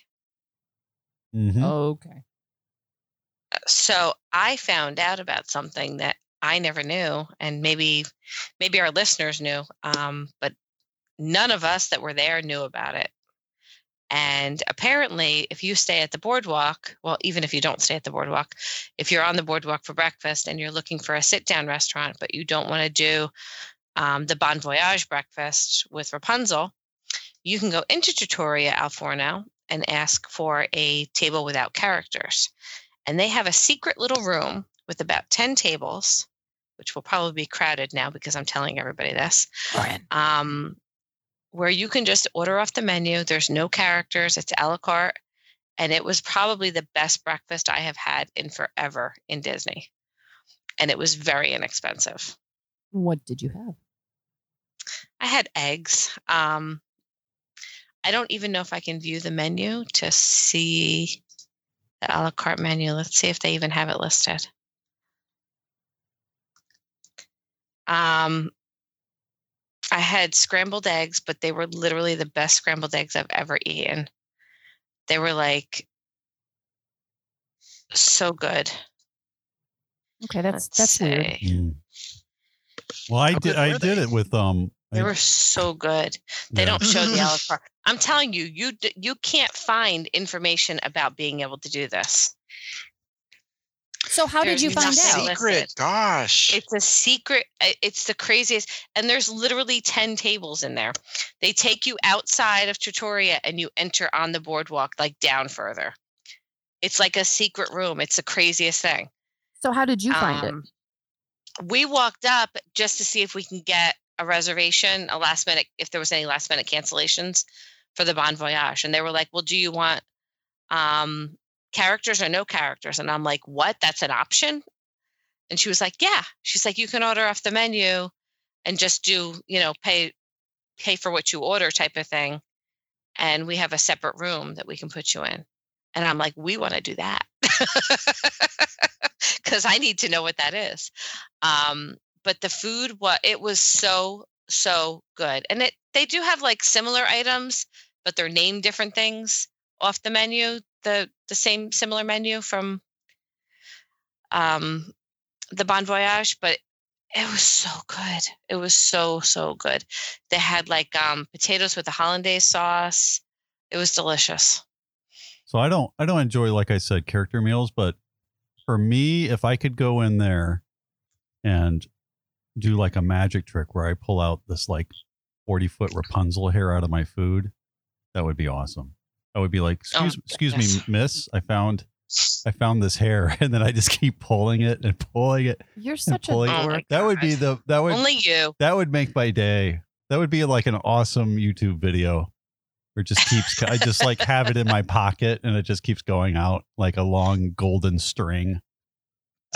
D: Oh,
B: Mhm.
A: Okay.
D: so I found out about something that I never knew, and maybe maybe our listeners knew, um, but none of us that were there knew about it. And apparently, if you stay at the boardwalk, well, even if you don't stay at the boardwalk, if you're on the boardwalk for breakfast and you're looking for a sit down restaurant, but you don't want to do um, the Bon Voyage breakfast with Rapunzel, you can go into Trattoria Al Forno and ask for a table without characters and they have a secret little room with about 10 tables which will probably be crowded now because i'm telling everybody this
A: Brian.
D: um, where you can just order off the menu there's no characters it's a la carte and it was probably the best breakfast i have had in forever in disney and it was very inexpensive
A: What did you have?
D: i had eggs um, i don't even know if i can view the menu to see the a la carte menu let's see if they even have it listed Um, I had scrambled eggs, but they were literally the best scrambled eggs I've ever eaten. They were like so good.
A: Okay, that's
D: Let's
A: that's weird.
D: see.
B: Mm. Well, I
C: How
B: did.
C: good
B: I
C: were
B: did
C: they?
B: it with um
D: They
B: I-
D: were so good. They
B: Yeah.
D: don't show the olive part. I'm telling you, you d- you can't find information about being able to do this.
A: So how did
D: There's
A: you
C: it's
A: find
C: a
A: out?
D: nothing.
C: secret. Gosh.
D: It's a secret. I- It's the craziest. And there's literally 10 tables in there. They take you outside of Trattoria and you enter on the boardwalk, like down further. It's like a secret room. It's the craziest thing.
A: So how did you find it?
D: Um, We walked up just to see if we can get a reservation, a last minute, if there was any last minute cancellations for the Bon Voyage. And they were like, well, do you want um, characters or no characters? And I'm like, what? That's an option? And she was like, yeah. She's like, you can order off the menu and just do, you know, pay pay for what you order type of thing. And we have a separate room that we can put you in. And I'm like, we want to do that. Cause I need to know what that is. Um, but the food was it was so, so good. And it they do have like similar items, but they're named different things off the menu, the the same similar menu from um the Bon Voyage, but it was so good. It was so, so good. They had like um potatoes with a hollandaise sauce. It was delicious.
B: So I don't I don't enjoy like I said character meals, but for me, if I could go in there and do like a magic trick where I pull out this like 40 foot Rapunzel hair out of my food, that would be awesome. I would be like,
D: Oh,
B: excuse, excuse me,
D: goodness.
B: miss, I found I found this hair, and then I just keep pulling it and pulling it
A: You're
B: and
A: such a
B: pulling
D: Oh
B: it.
D: my
A: dork.
B: that would be
D: God.
B: the that would
D: Only you.
B: that would make my day. That would be like an awesome YouTube video. Or just keeps I just like have it in my pocket and it just keeps going out like a long golden string.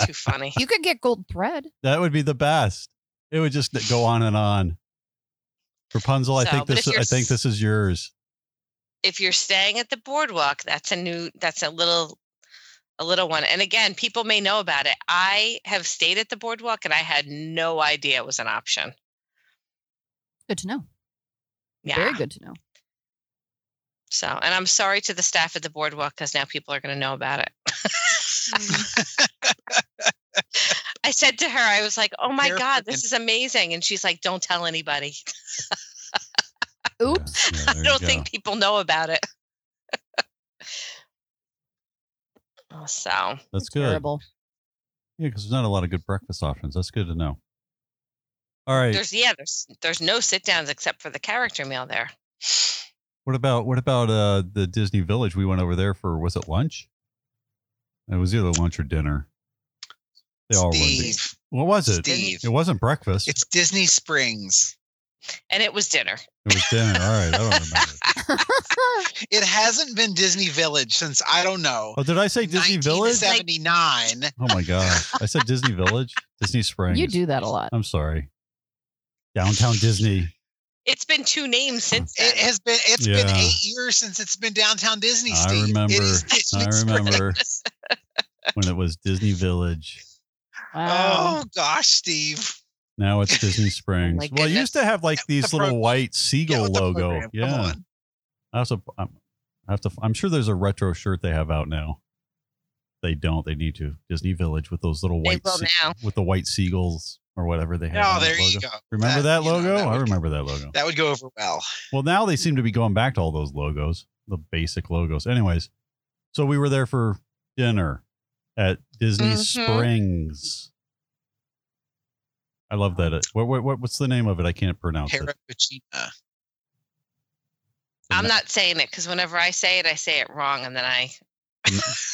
D: Too funny.
A: You could get gold thread.
B: That would be the best. It would just go on and on. Rapunzel, I
D: So,
B: think
D: but
B: this I
D: if you're
B: think
D: s-
B: this is yours.
D: if you're staying at the boardwalk, that's a new that's a little a little one. And again, people may know about it. I have stayed at the boardwalk and I had no idea it was an option.
A: Good to know.
D: Yeah.
A: Very good to know.
D: So, and I'm sorry to the staff at the boardwalk cuz now people are going to know about it. I said to her, I was like, "Oh my
C: They're
D: god,
C: freaking-
D: this is amazing." And she's like, "Don't tell anybody."
A: Oops.
B: Yeah, yeah,
D: I
B: there you
D: don't
B: go.
D: think people know about it. so,
B: that's good.
A: Terrible.
B: Yeah, because there's not a lot of good breakfast options. That's good to know. All right.
D: there's yeah, there's there's no sit downs except for the character meal there.
B: What about what about uh the Disney Village? We went over there for was it lunch? It was either lunch or dinner. They all went.
C: Steve.
B: What was it?
C: Steve.
B: It wasn't breakfast.
C: It's Disney Springs.
D: And it was dinner.
B: it was dinner. All right, I don't remember.
C: It hasn't been Disney Village since I don't know.
B: Oh, did I say Disney Village?
C: 1979.
B: Oh my god, I said Disney Village, Disney Springs.
A: you do that a lot.
B: I'm sorry. Downtown Disney.
D: It's been two names since then.
C: It has been It's been
B: Yeah.
C: eight years since it's been downtown Disney.
B: I
C: Steve.
B: remember.
C: It is Disney
B: I
C: Springs.
B: remember when it was Disney Village.
A: Wow.
C: Oh gosh, Steve.
B: Now it's
C: Oh
B: Disney Springs.
D: my
B: well, it
D: goodness.
B: used to have like these
C: the
B: little
C: pro-
B: white
C: Get
B: seagull
C: with the
B: logo.
C: program. Come
B: Yeah.
C: on.
B: I have to. I'm, I have to. I'm sure there's a retro shirt they have out now. They don't. They need to Disney Village with those little
D: They
B: white
D: will
B: se-
D: now.
B: with the white seagulls or whatever they have.
C: Oh,
B: on that
C: there you
B: logo.
C: go.
B: Remember that,
C: you know,
B: logo?
C: that
B: I
C: would-
B: remember that logo.
C: That would go over well.
B: Well, now they seem to be going back to all those logos, the basic logos. Anyways, so we were there for dinner at Disney
D: Mhm.
C: Mm-hmm.
B: Springs. I love that. It- What, what, what, what's the name of it? I can't pronounce it.
C: Terrapacina.
D: I'm not saying it because whenever I say it, I say it wrong, and then I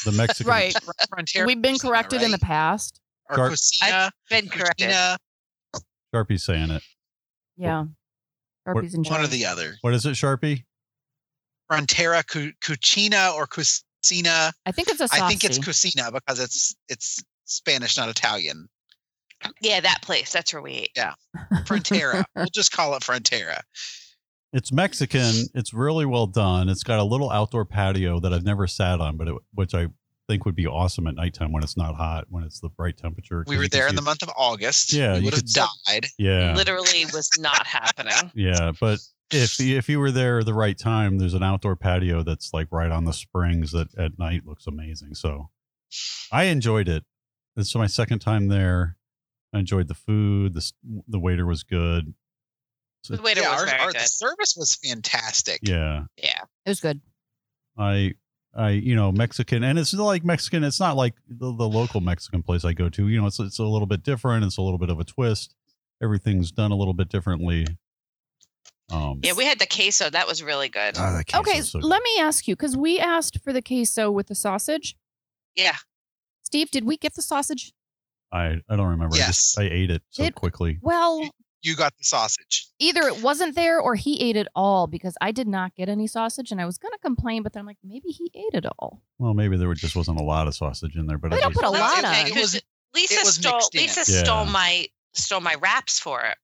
B: The Mexican.
A: Right.
C: From
A: We've been
C: Terrapacina,
A: corrected in the
C: right?
A: past.
C: Or
B: Gar-
C: Cocina,
D: been corrected.
C: Cocina,
B: Sharpie's saying it.
A: Yeah. Sharpie's in
C: one or
A: charge.
C: the other.
B: What is it, Sharpie?
C: Frontera Cu- Cucina or Cucina.
A: I think it's a saucy.
C: I think it's Cucina because it's it's Spanish, not Italian.
D: Yeah, that place. That's where we ate.
C: Frontera. we'll just call it Frontera.
B: It's Mexican. It's really well done. It's got a little outdoor patio that I've never sat on, but it, which I think would be awesome at nighttime when it's not hot, when it's the right temperature. 'cause
C: We were
B: you can
C: there
B: see-
C: in the month of August.
B: Yeah,
C: we
B: you
C: would have
B: could-
C: died.
B: Yeah.
D: Literally was not happening.
B: Yeah, but if if you were there at the right time, there's an outdoor patio that's like right on the springs that at night looks amazing. So I enjoyed it. It's my second time there. I enjoyed the food. The s- the waiter was good. So-
D: the waiter
C: yeah,
D: was
C: our,
D: very
C: our-
D: good.
C: the service was fantastic.
B: Yeah.
D: yeah.
A: It was good.
B: I I you know Mexican and it's like Mexican. It's not like the, the local Mexican place I go to. You know, it's it's a little bit different. It's a little bit of a twist. Everything's done a little bit differently. Um,
D: Yeah, we had the queso. That was really good.
B: God, that queso's
A: okay,
B: so good.
A: let me ask you because we asked for the queso with the sausage.
D: yeah.
A: Steve, did we get the sausage?
B: I I don't remember. I
C: Yes.
B: just I ate it so
A: Did-
B: quickly.
A: Well,
C: You got the sausage.
A: either it wasn't there or he ate it all because I did not get any sausage and I was going to complain, but then I'm like, maybe he ate it all.
B: Well, maybe there just wasn't a lot of sausage in there, but
A: They
B: I
A: don't
B: just,
A: put a
D: Well,
A: lot
C: okay,
A: on.
C: it
D: Because
C: was-
D: Lisa
C: it was
D: stole
C: mixed in.
D: Lisa
B: Yeah.
D: stole my stole my wraps for it.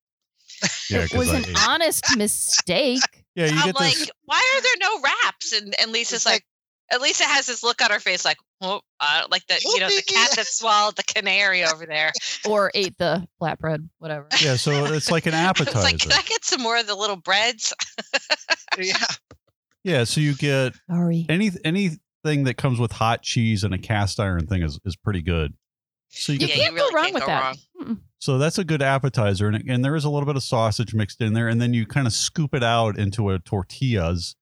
B: yeah,
A: it
B: 'cause
A: was
B: I
A: an
B: ate-
A: honest mistake.
B: yeah, you
D: I'm
B: get
D: like,
B: this.
D: why are there no wraps? And and Lisa's
C: It's
D: like,
C: like-
D: and Lisa has this look on her face like, oh, uh, like the you know the cat that swallowed the canary over there.
A: or ate the flatbread, whatever.
B: Yeah, so it's like an
D: It's
B: appetizer.
D: like, can I get some more of the little breads?
C: Yeah.
B: yeah, so you get
A: Sorry.
B: any anything that comes with hot cheese and a cast iron thing is is pretty good. So you
A: you
B: get
D: Yeah,
B: the-
A: can't
D: really
A: go wrong
D: can't
A: with
D: go
A: that. Mm-mm.
B: So that's a good appetizer, and, and there is a little bit of sausage mixed in there, and then you kind of scoop it out into a tortillas,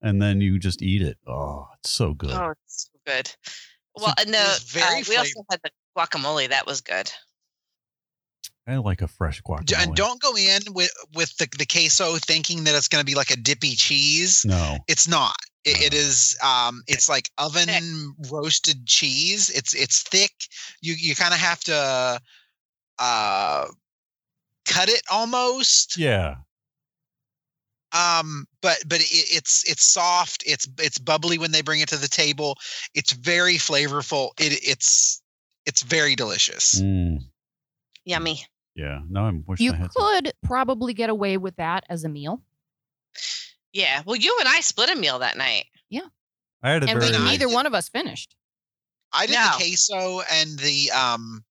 B: and then you just eat it. Oh, it's so good.
D: Oh, it's so good. Well, and the
C: was very
D: uh, we also had the guacamole. That was good.
B: I like a fresh guacamole.
C: D- And don't go in with with the, the queso thinking that it's going to be like a dippy cheese.
B: no.
C: It's not. It, it
B: No.
C: is. Um, it's like oven roasted cheese. It's it's thick. You you kind of have to uh, cut it almost.
B: Yeah,
C: um but but it, it's it's soft it's it's bubbly when they bring it to the table it's very flavorful it it's it's very delicious
B: Mm,
D: Yummy.
B: yeah. Now I'm wishing
A: You
B: I had. some.
A: could probably get away with that as a meal.
D: Yeah. Well, you and I split a meal that night.
B: I had a
A: And
B: very.
A: we,
C: nice.
A: neither one of us finished.
C: i did
D: No.
C: the queso and the um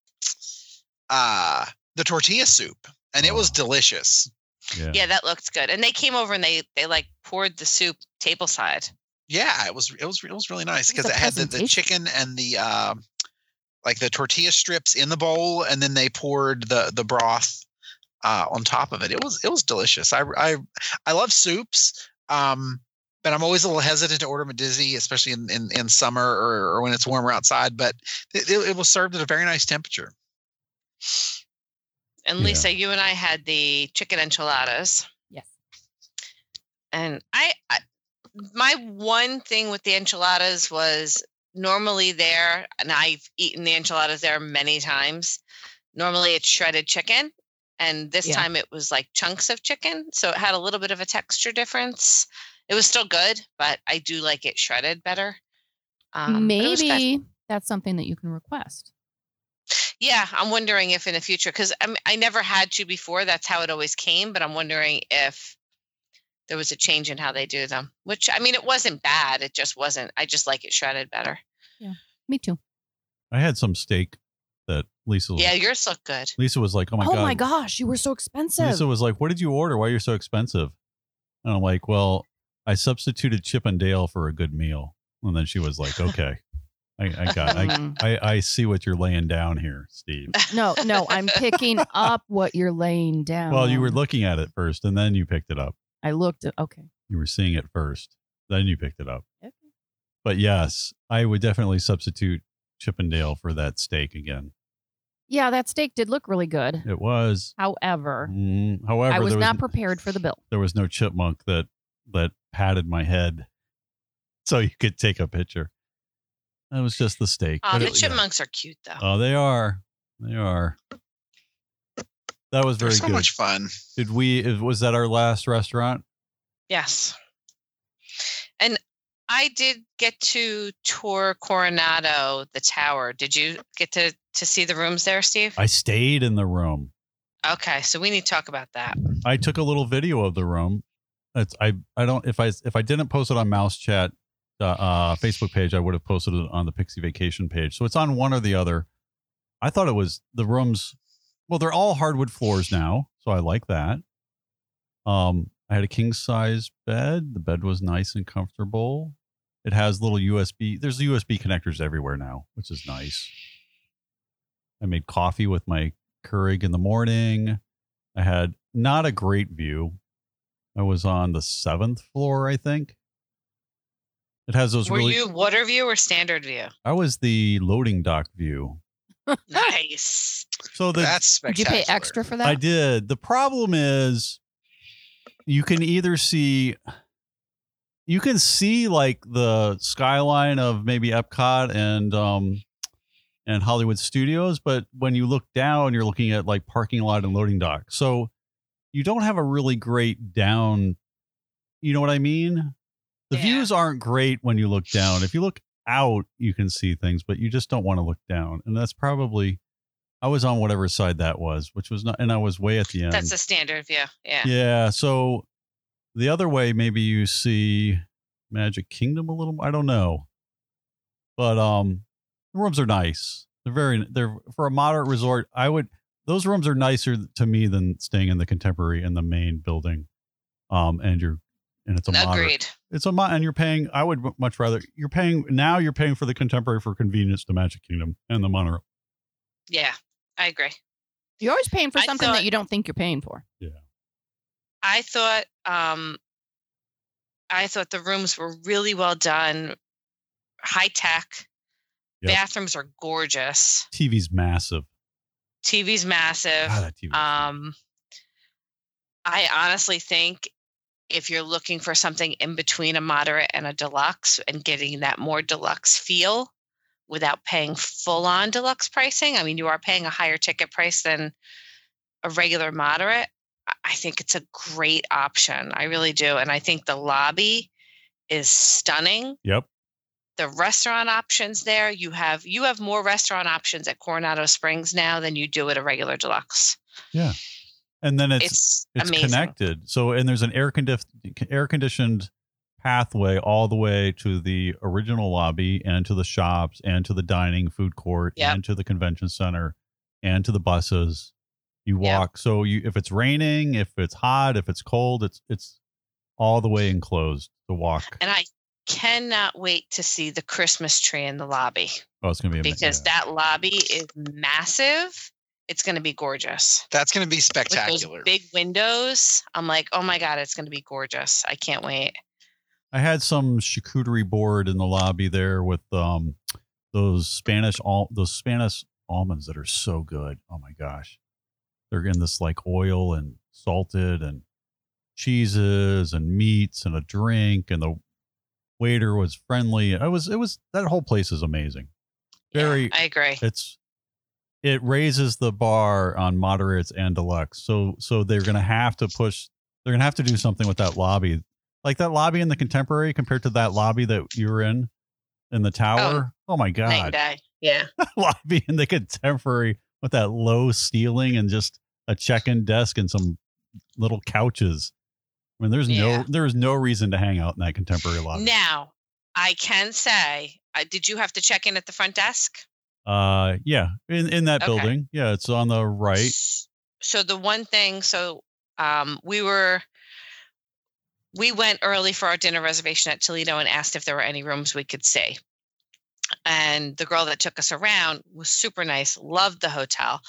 C: uh the tortilla soup and it was
B: Oh.
C: delicious
B: yeah.
D: Yeah, that looked good. And they came over and they they like poured the soup table side.
C: yeah it was it was it was really nice
A: It's
C: because
A: a
C: it had the, the
A: presentation.
C: chicken and the um like the tortilla strips in the bowl and then they poured the the broth uh, on top of it. It was it was delicious. I I I love soups, um, but I'm always a little hesitant to order them at Disney, especially in in, in summer or, or when it's warmer outside. But it, it, it was served at a very nice temperature.
D: And
B: Yeah.
D: Lisa, you and I had the chicken enchiladas.
A: Yes.
D: and I, I my one thing with the enchiladas was normally there and i've eaten the enchiladas there many times normally it's shredded chicken and this
A: Yeah.
D: time it was like chunks of chicken so it had a little bit of a texture difference it was still good but i do like it shredded better
A: Um,
D: Um, but it was good.
A: Maybe that's something that you can request.
D: yeah i'm wondering if in the future because I, I never had to before that's how it always came but i'm wondering if there was a change in how they do them which i mean it wasn't bad it just wasn't i just like it shredded better
A: Me too.
B: I had some steak that Lisa. was-
D: yeah yours look good
B: Lisa was like, "Oh my
A: oh
B: god,
A: my gosh, you were so expensive.
B: Lisa was like, "What did you order? Why are you so expensive?" And I'm like, "Well, I substituted Chip and Dale for a good meal." And then she was like, "Okay, I, I got, I,
A: Mm.
B: I, I see what you're laying down here, Steve."
A: no, no, I'm picking up what you're laying down.
B: Well, you were looking at it first, and then you picked it up.
A: I looked. At, okay.
B: You were seeing it first, then you picked it up.
A: Okay.
B: But yes, I would definitely substitute Chip and Dale for that steak again.
A: Yeah, that steak did look really good.
B: It was,
A: However,
B: mm, however,
A: I was
B: there
A: not prepared for the bill.
B: there was no chipmunk that that patted my head so you could take a picture. That was just the steak.
D: oh
B: but
D: the
B: it- yeah.
D: chipmunks are cute though
B: Oh, they are. They are. That was
C: They're
B: very
C: so
B: good.
C: much fun.
B: Did we is- was that our last restaurant?
D: yes and i did get to tour coronado the tower did you get to to see the rooms there steve
B: I stayed in the room.
D: okay so we need to talk about that
B: I took a little video of the room. That's I I don't if I if I didn't post it on Mouse Chat uh, uh Facebook page, I would have posted it on the Pixie Vacation page. So it's on one or the other. I thought it was the rooms well, they're all hardwood floors now, so I like that. Um I had a king size bed. The bed was nice and comfortable. It has little USB. There's USB connectors everywhere now, which is nice. I made coffee with my Keurig in the morning. I had not a great view. I was on the seventh floor, I think. It has those
D: Were
B: really.
D: you water view or standard view?
B: I was the loading dock view.
D: Nice.
B: So the
C: That's
A: Did you
C: spectacular.
A: pay extra for that?
B: I did. The problem is you can either see you can see like the skyline of maybe Epcot and um and Hollywood Studios, but when you look down, you're looking at like parking lot and loading dock. So you don't have a really great down you know what I mean? The
D: Yeah.
B: views aren't great when you look down. If you look out, you can see things, but you just don't want to look down. And that's probably I was on whatever side that was, which was not and I was way at the end.
D: That's the standard view. Yeah.
B: yeah. So the other way maybe you see Magic Kingdom a little I don't know. But um the rooms are nice. They're very they're for a moderate resort, I would those rooms are nicer to me than staying in the contemporary in the main building. Um and you're and it's a moderate
D: Agreed.
B: it's a lot, and you're paying. I would much rather you're paying now. You're paying for the contemporary for convenience to Magic Kingdom and the monorail.
D: Yeah. I agree.
A: You're always paying for
D: I
A: something
D: thought-
A: that you don't think you're paying for.
D: I thought um I thought the rooms were really well done, high tech.
B: Yep.
D: Bathrooms are gorgeous.
B: TV's massive.
D: TV's massive.
B: God, that TV.
D: Um, I honestly think if you're looking for something in between a moderate and a deluxe and getting that more deluxe feel without paying full on deluxe pricing, I mean, you are paying a higher ticket price than a regular moderate. I- I think it's a great option. I really do. And I think the lobby is stunning
B: yep.
D: the restaurant options there. You have you have more restaurant options at Coronado Springs now than you do at a regular deluxe.
B: And then it's
D: It's,
B: it's,
D: amazing.
B: connected. So and there's an air condif- air conditioned pathway all the way to the original lobby and to the shops and to the dining food court
D: Yep.
B: and to the convention center and to the buses. You
D: Yep.
B: walk. So you if it's raining, if it's hot, if it's cold, it's it's all the way enclosed to walk.
D: And I cannot wait to see the Christmas tree in the lobby
B: Oh, it's gonna be amazing.
D: because that lobby is massive. It's going to be gorgeous.
C: That's going to be
D: With those
C: spectacular.
D: big windows, I'm like, oh my god, it's going to be gorgeous. I can't wait.
B: I had some charcuterie board in the lobby there with um those Spanish all those Spanish almonds that are so good. Oh my gosh. They're in this like oil and salted and cheeses and meats and a drink and the waiter was friendly. I was it was that whole place is amazing.
D: Yeah,
B: Very
D: I agree.
B: it's it raises the bar on moderates and deluxe so so they're gonna have to push they're gonna have to do something with that lobby like that lobby in the contemporary compared to that lobby that you were in in the tower oh, my
D: Night and
B: god
D: day. Yeah.
B: lobby in the contemporary with that low ceiling and just a check-in desk and some little couches i mean there's
D: Yeah.
B: no there's no reason to hang out in that contemporary lobby
D: Now, I can say, uh, did you have to check in at the front desk?
B: uh yeah in in that
D: Okay.
B: building yeah it's on the right
D: S- So the one thing, so um, we were, we went early for our dinner reservation at Toledo and asked if there were any rooms we could see. And the girl that took us around was super nice, loved the hotel,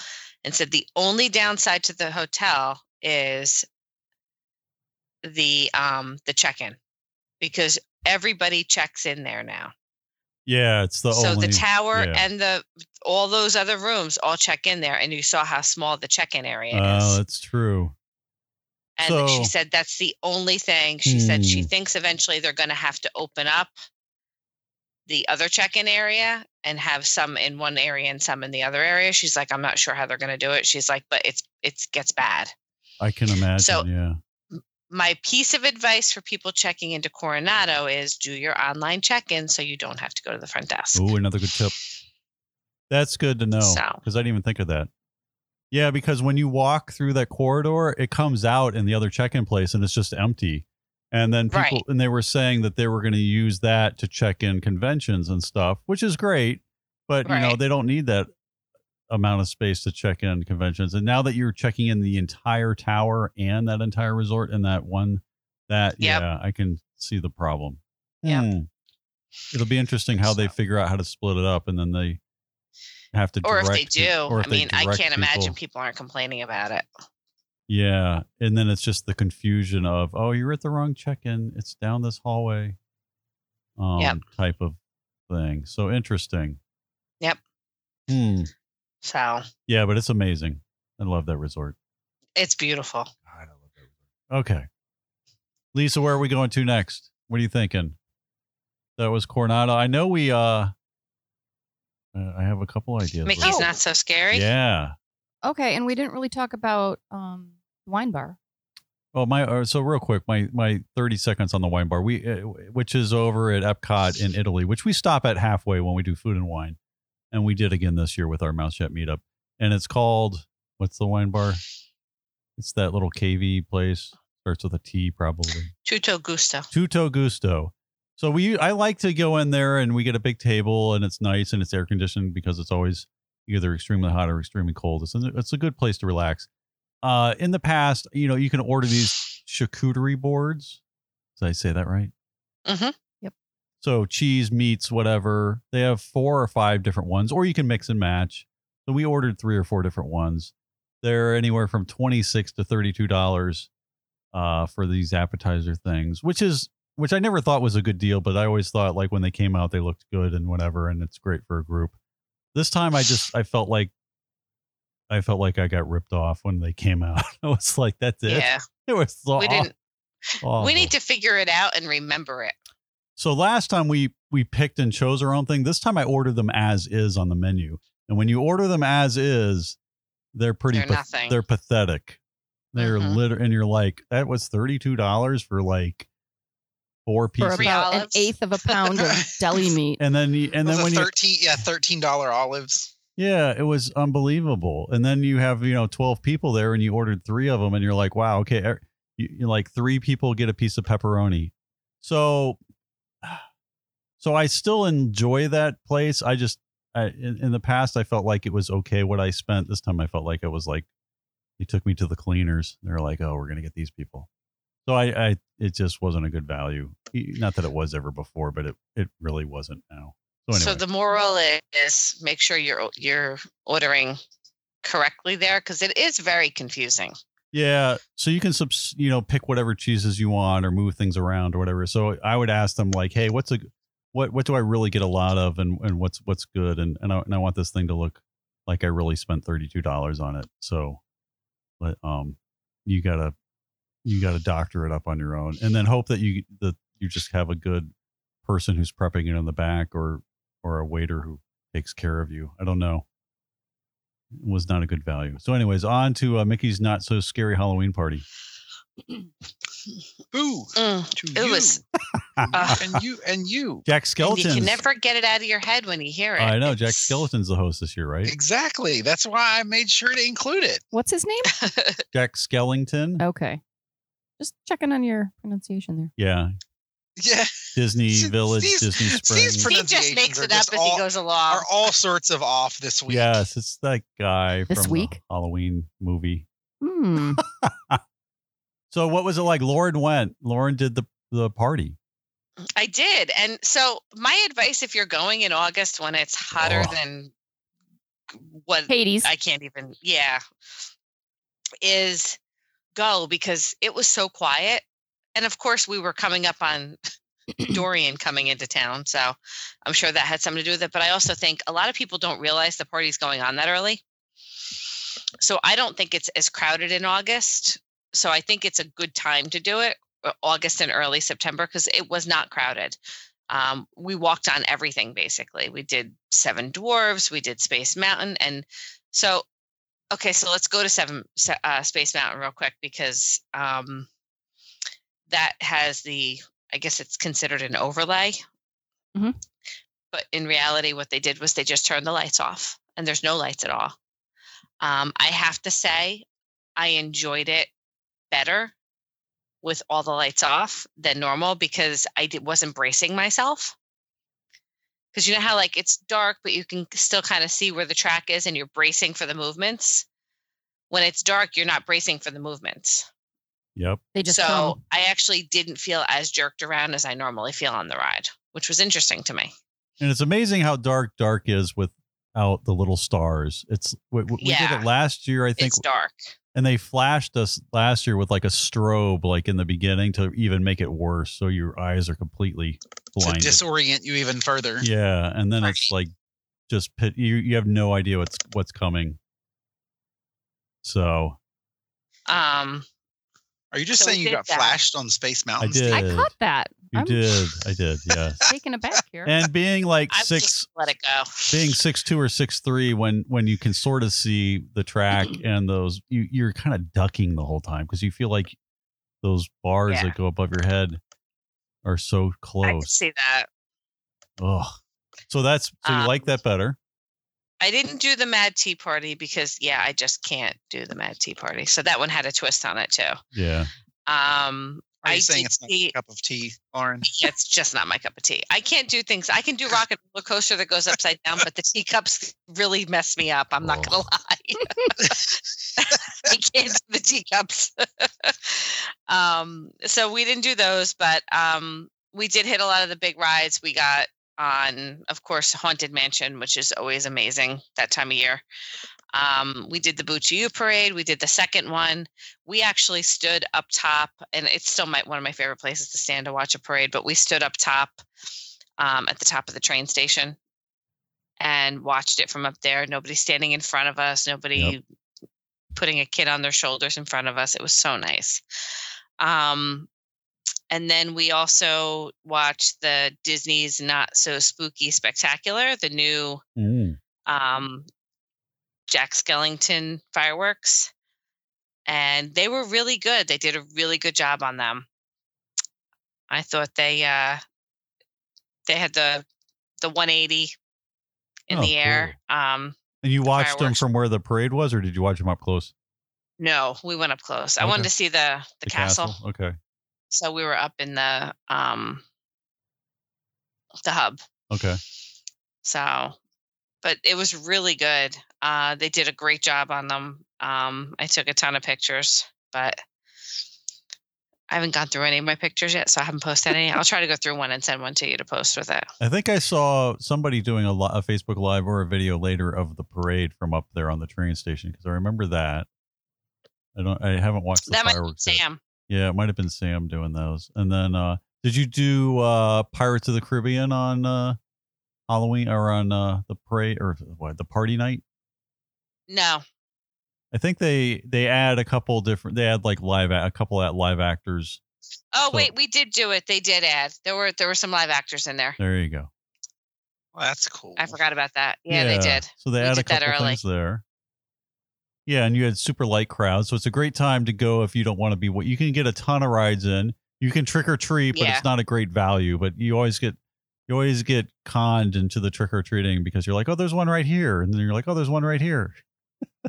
D: and said the only downside to the hotel is the um the check-in because everybody checks in there now.
B: yeah it's the
D: so
B: only
D: the tower
B: yeah.
D: and the all those other rooms all check in there and you saw how small the check-in area
B: Oh,
D: is
B: that's true.
D: and
B: so-
D: she said that's the only thing she said she
B: Hmm.
D: thinks eventually they're going to have to open up the other check-in area and have some in one area and some in the other area she's like i'm not sure how they're going to do it she's like but it's it gets bad
B: I can imagine.
D: So-
B: yeah.
D: my piece of advice for people checking into coronado is do your online check-in so you don't have to go to the front desk
B: Ooh, another good tip. That's good to know
D: So-
B: because I didn't even think of that. Yeah, because when you walk through that corridor, it comes out in the other check-in place and it's just empty. And then people
D: Right.
B: and they were saying that they were going to use that to check in conventions and stuff, which is great, but you know,
D: Right.
B: they don't need that amount of space to check in conventions. And now that you're checking in the entire tower and that entire resort and that one that
D: Yep.
B: yeah, I can see the problem.
D: Yep.
B: Hmm. It'll be interesting how they figure out how to split it up, and then they have to.
D: or if they
B: direct
D: do
B: it- or if
D: i
B: they
D: mean i
B: direct
D: can't imagine people aren't complaining about it
B: Yeah. And then it's just the confusion of, oh, you're at the wrong check in. It's down this hallway um,
D: Yep.
B: type of thing. So interesting.
D: Yep.
B: Hmm.
D: So
B: Yeah, but it's amazing. I love that resort.
D: it's beautiful.
B: God, I love that resort. Okay. Lisa, where are we going to next? What are you thinking? That was Coronado. I know we, uh, uh, I have a couple ideas.
D: Mickey's
A: Oh.
D: not so scary.
B: Yeah.
A: Okay, and we didn't really talk about um wine bar.
B: Oh my! uh, So real quick, my my thirty seconds on the wine bar, we uh, which is over at Epcot in Italy, which we stop at halfway when we do food and wine, and we did again this year with our Mouse Chat meetup, and it's called what's the wine bar? It's that little cavey place. Starts with a T, probably.
D: Tutto gusto.
B: Tutto Gusto. So we I like to go in there and we get a big table and it's nice and it's air conditioned because it's always either extremely hot or extremely cold. It's an, it's a good place to relax. Uh, in the past, you know, you can order these charcuterie boards. Did I say that right?
D: Mhm.
A: Yep.
B: So cheese, meats, whatever. They have four or five different ones, or you can mix and match. So we ordered three or four different ones. They're anywhere from twenty six to thirty two dollars uh, for these appetizer things, which is which I never thought was a good deal, but I always thought like when they came out, they looked good and whatever, and it's great for a group. This time, I just I felt like I felt like I got ripped off when they came out. I was like, that's it.
D: Yeah.
B: It was so
D: We didn't we
B: awful.
D: need to figure it out and remember it.
B: So last time we we picked and chose our own thing. This time I ordered them as is on the menu. And when you order them as is, they're pretty
D: They're
B: pa-
D: nothing.
B: they're pathetic. They're
D: Mhm.
B: lit and you're like, that was $32 for like four
A: For
B: pieces.
D: Free
A: about an
D: olives.
A: eighth of a pound of deli meat.
B: and then you, and
C: Those
B: then
C: are
B: when you
C: 13 yeah, $13 olives.
B: Yeah, it was unbelievable. And then you have, you know, 12 people there and you ordered three of them and you're like, wow, okay. er- You, you're like three people get a piece of pepperoni. So, so I still enjoy that place. I just, I, in, in the past, I felt like it was okay what I spent. This time I felt like I was like, they took me to the cleaners. They're like, oh, we're going to get these people. So I, I, it just wasn't a good value. E- Not that it was ever before, but it, it really wasn't now. So anyway.
D: So the moral is make sure you're you're ordering correctly there because it is very confusing.
B: Yeah, so you can subs, you know pick whatever cheeses you want or move things around or whatever. So I would ask them like, "Hey, what's a what what do I really get a lot of and and what's what's good and and I, and I want this thing to look like I really spent $32 on it." So but um you got to you got to doctor it up on your own and then hope that you that you just have a good person who's prepping it on the back or or a waiter who takes care of you. I don't know was not a good value. So, anyways, on to uh, Mickey's not so scary Halloween party.
C: Boo.
D: Mm.
C: To
D: It
C: you.
D: was- Uh,
B: Ah.
C: and you and you.
B: Jack
D: And You
B: Skeleton.
D: can never get it out of your head when you hear it.
B: Oh, I know Jack
D: It's-
B: Skeleton's the host this year, right?
C: Exactly. That's why I made sure to include it.
A: What's his name?
B: Jack
D: Oh.
B: Skellington.
A: Okay. Just checking on your pronunciation there.
B: Yeah,
C: Yeah.
B: Disney
C: See-
B: Village,
C: these-
B: Disney
C: these
B: Springs.
C: pro-
D: He just
C: Pronunciations
D: makes
C: are
D: it up
C: just
D: as
C: all-
D: he goes along.
C: Are all sorts of off this week.
B: yes, it's that guy
A: This
B: from the
A: week?
B: Halloween movie.
A: Hmm.
B: So, what was it like? Lauren went. Lauren did the the party.
D: I did. And so my advice if you're going in August when it's hotter
B: Oh.
D: than what
A: Hades.
D: I can't even yeah is go because it was so quiet. And of course we were coming up on Dorian coming into town. So I'm sure that had something to do with it. But I also think a lot of people don't realize the party's going on that early. So I don't think it's as crowded in August. So I think it's a good time to do it, uh, August and early September, because it was not crowded. Um, we walked on everything basically. We did Seven Dwarves, we did Space Mountain. And so, okay, so let's go to Seven Se- uh, Space Mountain real quick because um, that has the, I guess it's considered an overlay.
A: Mhm.
D: But in reality, what they did was they just turned the lights off and there's no lights at all. Um, I have to say, I enjoyed it better with all the lights off than normal because I di- wasn't bracing myself. Because you know how like it's dark, but you can still kind of see where the track is, and you're bracing for the movements. When it's dark, you're not bracing for the movements.
B: Yep.
A: They just
D: so
A: come.
D: I actually didn't feel as jerked around as I normally feel on the ride, which was interesting to me.
B: And it's amazing how dark dark is without out the little stars. It's we, we we
D: Yeah.
B: did it last year, I think,
D: It's dark.
B: and they flashed us last year with like a strobe, like in the beginning, to even make it worse, so your eyes are completely
C: to
B: blinded.
C: disorient you even further.
B: yeah, and then it's like just pit. You you have no idea what's what's coming. So
D: Um,
C: Are you just
D: So we
C: saying you
D: did
C: got
D: that.
C: flashed on Space Mountain?
B: did.
C: Steve?
A: I
B: Good.
A: caught that.
B: you
A: I'm
B: did, I did, yeah.
A: taken aback here.
B: And being like
D: I would
B: six,
D: just let it go.
B: being six two or six three when when you can sort of see the track and those you you're kind of ducking the whole time because you feel like those bars
D: Yeah.
B: that go above your head are so
D: I could
B: close
D: see that.
B: oh so that's so you
D: Um,
B: like that better
D: I didn't do the Mad Tea Party because, yeah, I just can't do the Mad Tea Party. So that one had a twist on it too.
B: yeah
D: Um,
C: Are you
D: I
C: saying
D: did
C: it's not
D: see-
C: a cup of tea, Lauren?
D: it's just not my cup of tea. I can't do things. I can do rock and roller coaster that goes upside down, but the teacups really mess me up. I'm not gonna lie. I can't do the teacups. um, so we didn't do those, but um, we did hit a lot of the big rides. We got on, of course, Haunted Mansion, which is always amazing that time of year. Um, we did the Bucciu parade. We did the second one we actually stood up top and it's still my one of my favorite places to stand to watch a parade but we stood up top um, at the top of the train station and watched it from up there nobody standing in front of us nobody putting a kid on their shoulders in front of us it was so nice um, and then we also watched the disney's not so spooky spectacular the new
B: Mm.
D: um, Jack Skellington fireworks, and they were really good. They did a really good job on them. I thought they uh, they had the the 180 in
B: Oh,
D: the air. Um,
B: and you watched them
D: fireworks.
B: from where the parade was or did you watch them up close
D: no, we went up close. I wanted
B: Okay.
D: to see the the, castle,
B: okay
D: so we were up in the um, the hub.
B: okay
D: So, but it was really good. Uh, they did a great job on them. Um, I took a ton of pictures, but I haven't gone through any of my pictures yet, so I haven't posted any. I'll try to go through one and send one to you to post with it.
B: i think i saw somebody doing a, li- a facebook live or a video later of the parade from up there on the train station because i remember that i don't i haven't watched the
D: that might be
B: fireworks yet.
D: Sam.
B: Yeah, it might have been Sam doing those. And then uh did you do uh Pirates of the Caribbean on uh Halloween or on uh the parade or what the party night?
D: No,
B: I think they they add a couple different they add like live a a couple at live actors.
D: oh
B: So-
D: wait, we did do it. They did add there were there were some live actors in there.
B: There you go.
C: Well, that's cool.
D: I forgot about that. Yeah, they did.
B: So they
D: We
B: add a
D: did that
B: couple
D: early.
B: things there. Yeah, and you had super light crowds, so it's a great time to go if you don't want to be what you can get a ton of rides in. You can trick or treat, but
D: Yeah.
B: it's not a great value. But you always get you always get conned into the trick or treating because you're like, oh, there's one right here, and then you're like, oh, there's one right here.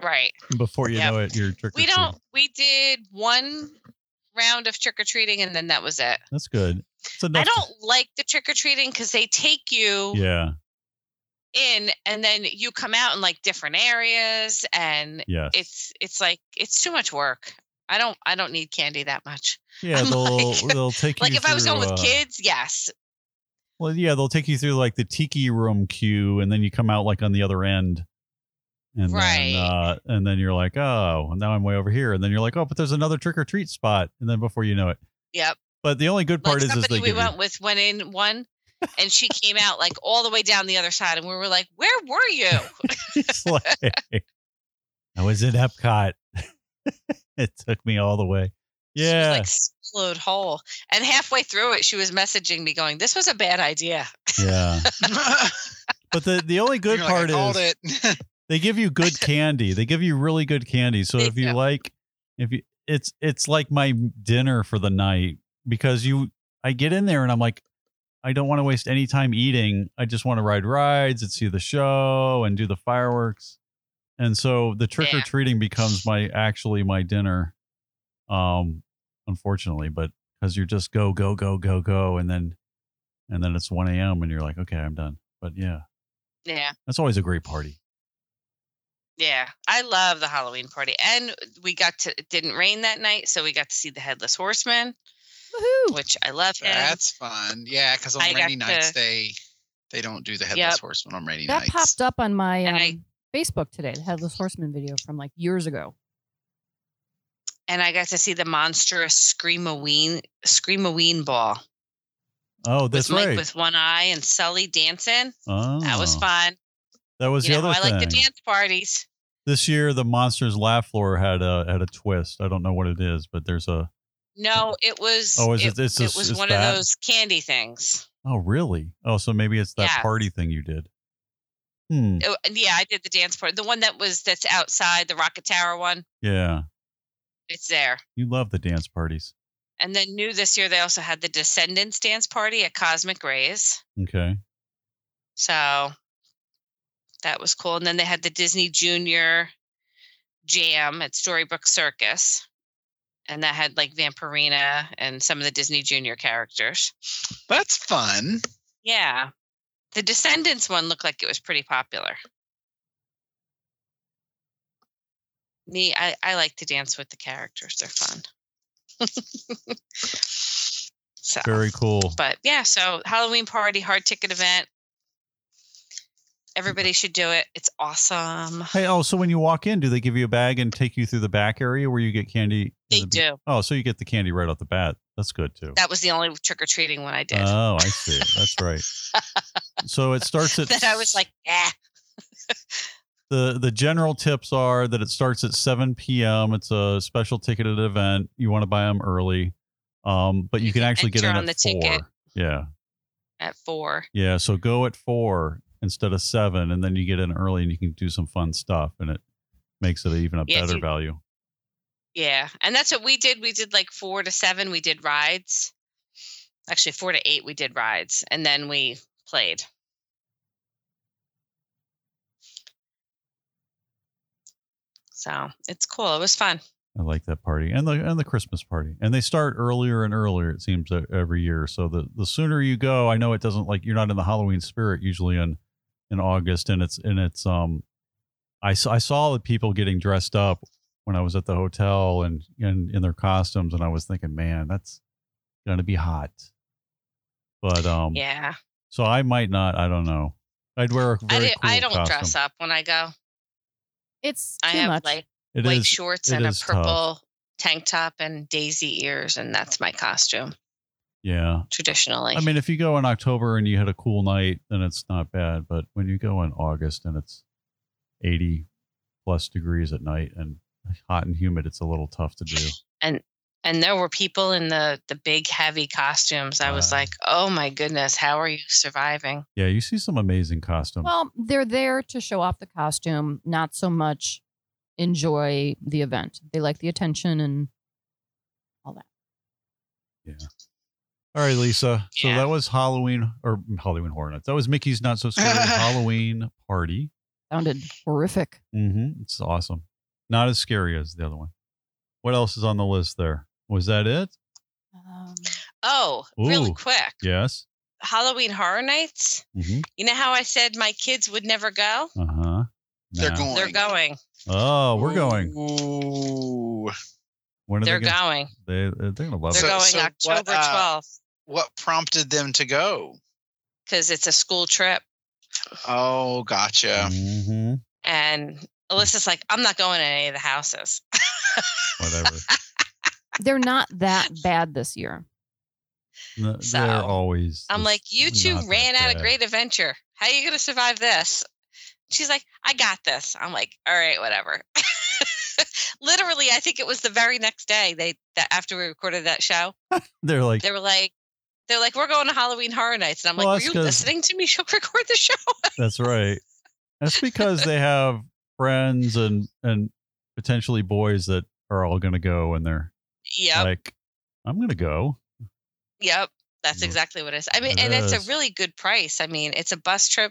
D: Right.
B: And before you
D: Yep.
B: know it, you're trick or
D: We
B: treating.
D: don't. We did one round of trick or treating, and then that was it.
B: That's good. It's enough
D: I
B: to-
D: don't like the trick or treating because they take you
B: yeah.
D: in and then you come out in like different areas and
B: Yes.
D: it's it's like it's too much work. I don't I don't need candy that much.
B: yeah.
D: I'm
B: They'll
D: like-
B: they'll take
D: Like
B: you
D: if I was
B: through,
D: going with
B: uh,
D: kids, yes.
B: Well, yeah, they'll take you through like the tiki room queue, and then you come out like on the other end, and
D: Right.
B: then uh, and then you're like, oh, now I'm way over here, and then you're like, oh, but there's another trick or treat spot, and then before you know it,
D: Yep.
B: but the only good
D: Like
B: part is, is
D: somebody
B: they
D: we
B: give
D: went
B: you,
D: with went in one and she came out like all the way down the other side and we were like, Where were you?
B: it's like, I was in Epcot. it took me all the way. Yeah,
D: She was like swallowed whole. And halfway through it, she was messaging me going, This was a bad idea.
B: yeah. But the the only good
C: You're like,
B: part
C: I called
B: is
C: it.
B: they give you good candy. They give you really good candy. So
D: They
B: if you
D: do.
B: like, if you, it's it's like my dinner for the night because you, I get in there and I'm like, I don't want to waste any time eating. I just want to ride rides and see the show and do the fireworks. And so the trick or treating becomes my actually my dinner. Um, unfortunately, but because you're just go go go go go and then and then it's 1 a.m. and you're like, okay, I'm done. But yeah,
D: Yeah.
B: that's always a great party.
D: Yeah, I love the Halloween party, and we got to. It didn't rain that night, so we got to see the Headless Horseman,
A: Woohoo!
D: which I love him.
C: That's fun. Yeah, because on
D: I got
C: rainy nights
D: to-
C: they
E: They don't do the headless
D: Yep.
E: horseman on rainy
A: That
E: nights.
A: popped up on my um,
D: And I-
A: Facebook today, the Headless Horseman video from like years ago.
D: and I got to see the monstrous screamoween screamoween ball
B: Oh, that's
D: with Mike
B: right.
D: with one eye and Sully dancing.
B: oh,
D: That was fun.
B: That was
D: you
B: the
D: know,
B: other
D: I
B: thing.
D: like the dance parties.
B: This year, the Monsters Laugh Floor had a had a twist. I don't know what it is, but there's a.
D: No, it was.
B: Oh, is
D: it,
B: it- it's
D: it
B: just-
D: was
B: it's
D: one
B: that?
D: of those candy things.
B: Oh, really? Oh, so maybe it's that
D: Yeah.
B: party thing you did. Hmm.
D: It- yeah, I did the dance part. The one that was that's outside the Rocket Tower one.
B: Yeah,
D: It's there.
B: you love the dance parties.
D: And then new this year, they also had the Descendants dance party at Cosmic Rays.
B: Okay.
D: So that was cool. And then they had the Disney Junior Jam at Storybook Circus. And that had like Vampirina and some of the Disney Junior characters.
E: That's fun.
D: Yeah. The Descendants one looked like it was pretty popular. Me, I, I like to dance with the characters. They're fun. so,
B: Very cool.
D: but yeah, so Halloween party, hard ticket event. Everybody should do it. It's awesome.
B: Hey, oh, so when you walk in, do they give you a bag and take you through the back area where you get candy? in
D: They
B: the be-
D: do.
B: Oh, so you get the candy right off the bat. That's good too.
D: That was the only trick or treating one I did.
B: Oh, I see. That's right. so it starts at.
D: then I was like, eh.
B: the the general tips are that it starts at 7 p.m. It's a special ticketed event. You want to buy them early, um, but you,
D: You
B: can
D: can
B: actually get in at
D: enter on the
B: four.
D: ticket.
B: Yeah,
D: At four.
B: yeah. So go at four instead of seven, and then you get in early and you can do some fun stuff, and it makes it even a
D: Yeah, if
B: better
D: you-
B: value.
D: Yeah. And that's what we did. We did like four to seven, we did rides. Actually, four to eight, we did rides. And then we played. So it's cool. It was fun.
B: I like that party and the and the Christmas party, and they start earlier and earlier. It seems e- every year. So the the sooner you go, I know it doesn't like you're not in the Halloween spirit usually in in August, and it's and it's um, I saw I saw the people getting dressed up when I was at the hotel and and in their costumes, and I was thinking, man, that's gonna be hot. But um,
D: Yeah.
B: so I might not. I don't know. I'd wear a
D: I,
B: very
D: did,
B: cool
D: I don't
B: costume.
D: dress up when I go.
A: It's too
D: I have
A: much.
D: like
B: It
D: white
B: is-
D: shorts
B: it
D: and a
B: is tough.
D: purple tank top and daisy ears. And that's my costume
B: yeah.
D: traditionally.
B: I mean, if you go in October and you had a cool night, then it's not bad. But when you go in August and it's 80 plus degrees at night and hot and humid, it's a little tough to do.
D: and there were people in the the big heavy costumes i was
B: Wow.
D: like oh my goodness how are you surviving
B: Yeah, you see some amazing costumes.
A: Well, they're there to show off the costume, not so much enjoy the event. They like the attention and
B: All right, Lisa. So
D: Yeah.
B: that was Halloween or Halloween Horror Nights. That was Mickey's Not So Scary Halloween Party.
A: sounded horrific.
B: Mm-hmm. It's awesome. Not as scary as the other one. What else is on the list there? Was that it?
A: Um,
D: oh really
B: Ooh.
D: quick
B: Yes.
D: halloween horror nights
B: Mm-hmm.
D: you know how i said my kids would never go
B: Uh huh.
E: They're going.
D: they're going
B: Oh, we're going.
E: Ooh.
B: When are
D: they're
B: they gonna-
D: going
B: They uh, they're gonna love
D: they're
E: So-
B: it.
D: going
E: so what,
D: october
E: uh,
D: 12th
E: What prompted them to go?
D: because it's a school trip
E: Oh, gotcha.
B: Mm-hmm.
D: and alyssa's like i'm not going to any of the houses
B: Whatever.
A: they're not that bad this year.
B: No,
D: So,
B: they're always.
D: i'm
B: just
D: like you two
B: not that
D: ran out
B: bad.
D: of great adventure how are you going to survive this she's like i got this i'm like all right whatever literally i think it was the very next day they that after we recorded that show
B: They're like.
D: they were like they're like we're going to halloween horror nights and i'm
B: Well,
D: like
B: that's
D: were you
B: 'cause-
D: listening to me show record the show
B: That's right. That's because they have friends and and potentially boys that are all gonna go, and they're
D: yep
B: like, "I'm gonna go."
D: yep that's
B: Mm.
D: exactly what it is i mean
B: It
D: and it's
B: is.
D: a really good price i mean it's a bus trip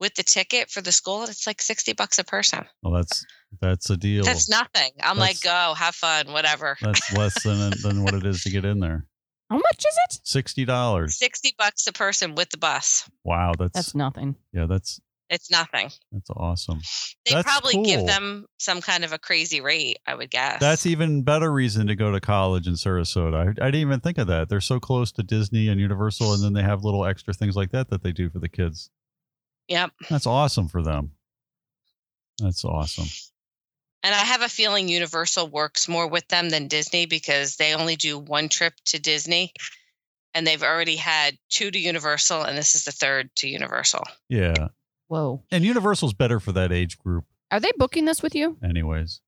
D: with the ticket for the school and it's like 60 bucks a person
B: Well, that's that's a deal.
D: that's nothing i'm like go have fun whatever
B: That's less than than what it is to get in there.
A: How much is it?
B: Sixty dollars.
D: 60 bucks a person with the bus
B: Wow, that's,
A: That's nothing.
B: yeah, that's
D: It's nothing.
B: That's awesome.
D: They
B: That's
D: probably give
B: cool.
D: them some kind of a crazy rate, I would guess.
B: That's e even better reason to go to college in Sarasota. I, I didn't even think of that. They're so close to Disney and Universal, and then they have little extra things like that that they do for the kids.
D: Yep.
B: That's awesome for them. That's awesome.
D: And I have a feeling Universal works more with them than Disney because they only do one trip to Disney and they've already had two to Universal and this is the third to Universal.
B: Yeah.
A: Whoa.
B: And Universal's better for that age group,
A: Are they booking this with you?
B: anyways.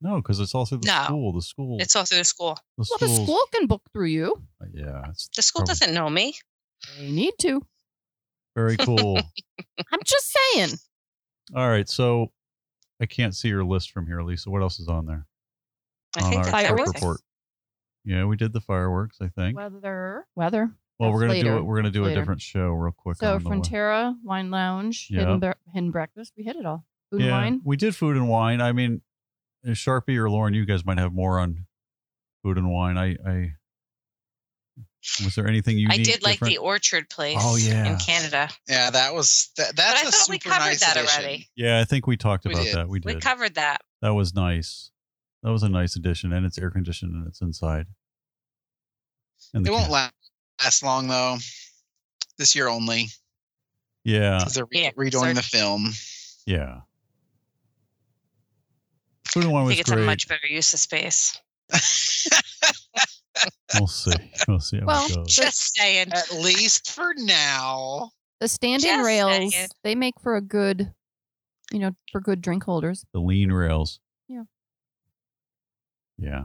B: No, because it's all through the
D: No.
B: school. The school.
D: It's all through the school.
B: the
A: Well, the
B: school's- Uh,
A: school can book through you.
B: Yeah. It's
D: The school
B: Probably.
D: doesn't know me.
A: They need to.
B: very cool.
A: I'm just saying.
B: all right. So I can't see your list from here, Lisa. What else is on there?
D: I
B: on
D: think
B: our
D: that's
B: trip
A: fireworks.
D: everything.
B: report. Yeah, we did the fireworks, I think.
A: Weather. Weather.
B: Well, we're gonna
A: That's
B: do
A: later.
B: it. We're gonna do
A: Later.
B: a different show real quick.
A: So
B: on the way.
A: Frontera, Wine Lounge,
B: Yeah.
A: hidden, Bre- hidden Breakfast. We hit it all. Food
B: yeah,
A: and wine.
B: we did food and wine. I mean, uh, Sharpie or Lauren, you guys might have more on food and wine. I, I was there anything you?
D: I did like the orchard place
B: Oh, yeah.
D: in Canada.
E: Yeah, that was that,
D: But
E: that's
D: I
E: a
D: thought
E: super
D: we covered
E: nice
D: that
E: addition.
D: already.
B: Yeah, I think we talked
E: We
B: about
E: did.
B: that. We did.
D: We covered that.
B: that was nice. That was a nice addition, and it's air conditioned and it's inside. And
E: It
B: the
E: won't
B: cat-
E: last, last long though. This year only.
B: Yeah,
E: 'cause they're re-
D: Yeah,
E: redoing
D: sir.
E: the film.
B: yeah. Food and wine
D: I
B: was
D: think it's
B: great.
D: a much better use of space.
B: we'll see. We'll see how
A: Well,
B: it goes.
D: Just saying.
E: At least for now.
A: The stand-in
D: Just
A: rails.
D: saying.
A: They make for a good, you know, for good drink holders.
B: The lean rails.
A: Yeah.
B: Yeah.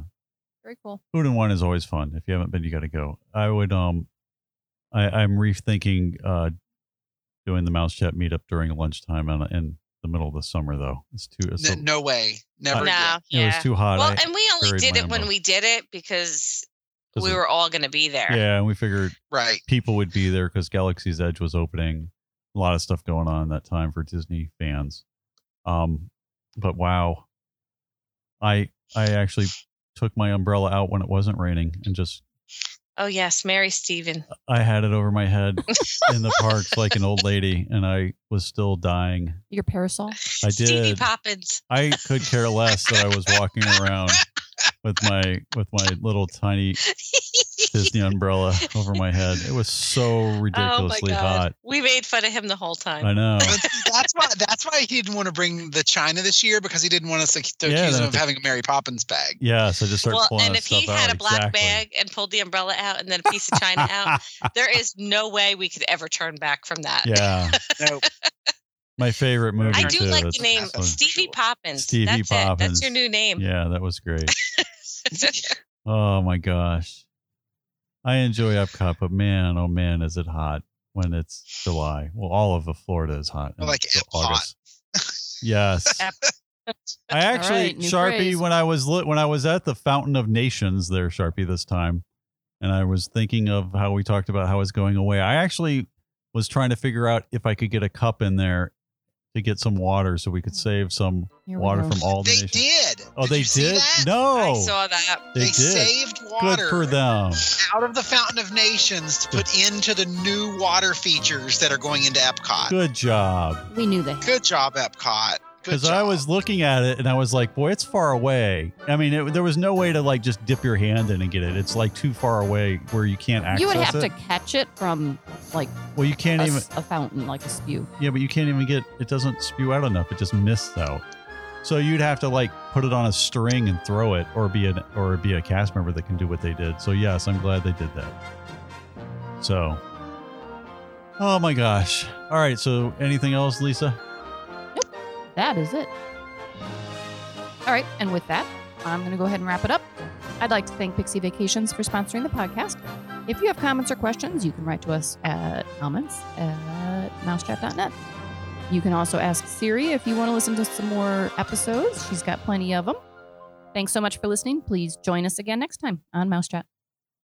A: Very cool.
B: food and wine is always fun. If you haven't been, you got to go. I would um, I, I'm rethinking uh, doing the mouse chat meetup during lunchtime and in the middle of the summer though. It's too. It's
E: N- no way.
B: Uh,
E: Never.
D: No,
E: again.
B: It was
D: yeah.
B: too hot.
D: Well,
B: I-
D: and we only
B: buried
D: did
B: my
D: it when
B: umbrella.
D: we did it because
B: 'cause
D: we
B: it-
D: were all going to be there.
B: Yeah, and we figured
E: Right.
B: people would be there because Galaxy's Edge was opening. A lot of stuff going on that time for Disney fans. Um, but wow, I I actually took my umbrella out when it wasn't raining and just
D: Oh yes, Mary Steven.
B: I had it over my head in the parks like an old lady, and I was still dying.
A: Your parasol.
B: I
D: Stevie
B: did.
D: Poppins.
B: I could care less that I was walking around with my with my little tiny Disney umbrella over my head. It was so
D: oh my
B: ridiculously
D: god.
B: hot.
D: We made fun of him the whole time.
B: I know.
E: But that's why that's why he didn't want to bring the China this year because he didn't want us to, to
B: Yeah,
E: accuse
B: then
E: him
B: if
E: of
B: the-
E: having a Mary Poppins bag.
B: Yes, I just started
D: well,
B: pulling
D: and
B: that
D: if
B: stuff
D: he had
B: out.
D: a black
B: exactly.
D: bag and pulled the umbrella out and then a piece of china out, there is no way we could ever turn back from that.
B: yeah,
E: Nope.
B: my favorite movie
D: I do
B: too.
D: like
B: That's-
D: the name
B: that's one.
D: Stevie Poppins.
B: Stevie
D: That's it.
B: Poppins.
D: That's your new name.
B: Yeah, that was great. Oh my gosh. I enjoy Epcot, but man, oh man, is it hot when it's July. Well, all of the Florida is hot. in
E: Like
B: Ju-
E: Ep hot.
B: Yes.
D: Ep-
B: I actually
A: right, new
B: Sharpie
A: phrase.
B: when I was lit, when I was at the Fountain of Nations there Sharpie this time and I was thinking of how we talked about how it's going away. I actually was trying to figure out if I could get a cup in there to get some water so we could save some
A: Here we
B: water
A: go.
B: from all the
E: They
B: nations.
E: did.
B: Oh, they
E: you see
B: did?
E: that?
D: I
B: No.
D: saw that.
B: They,
E: They,
B: did.
E: saved
B: Good
E: water
B: for them.
E: out of the Fountain of Nations to put into the new water features that are going into Epcot. Good,
B: Good job.
A: We knew they. Had.
E: job, Epcot. Good
B: Because I
E: job.
B: was looking at it and I was like, boy, it's far away. I mean, it, there was no way to like just dip your hand in and get it. It's like too far away where you can't access
A: You would have
B: it.
A: to catch it from like
B: well, you
A: a,
B: can't even.
A: s- a fountain, like a spew.
B: Yeah, but you can't even get. It doesn't spew out enough. It just mists out. So you'd have to like put it on a string and throw it, or be an or be a cast member that can do what they did. So yes, I'm glad they did that. So. Oh my gosh. All right. So anything else, Lisa?
A: That is it. All right, and with that, I'm going to go ahead and wrap it up. I'd like to thank Pixie Vacations for sponsoring the podcast. If you have comments or questions, you can write to us at comments at mousechat.net. You can also ask Siri if you want to listen to some more episodes. She's got plenty of them. Thanks so much for listening. Please join us again next time on Mouse Chat.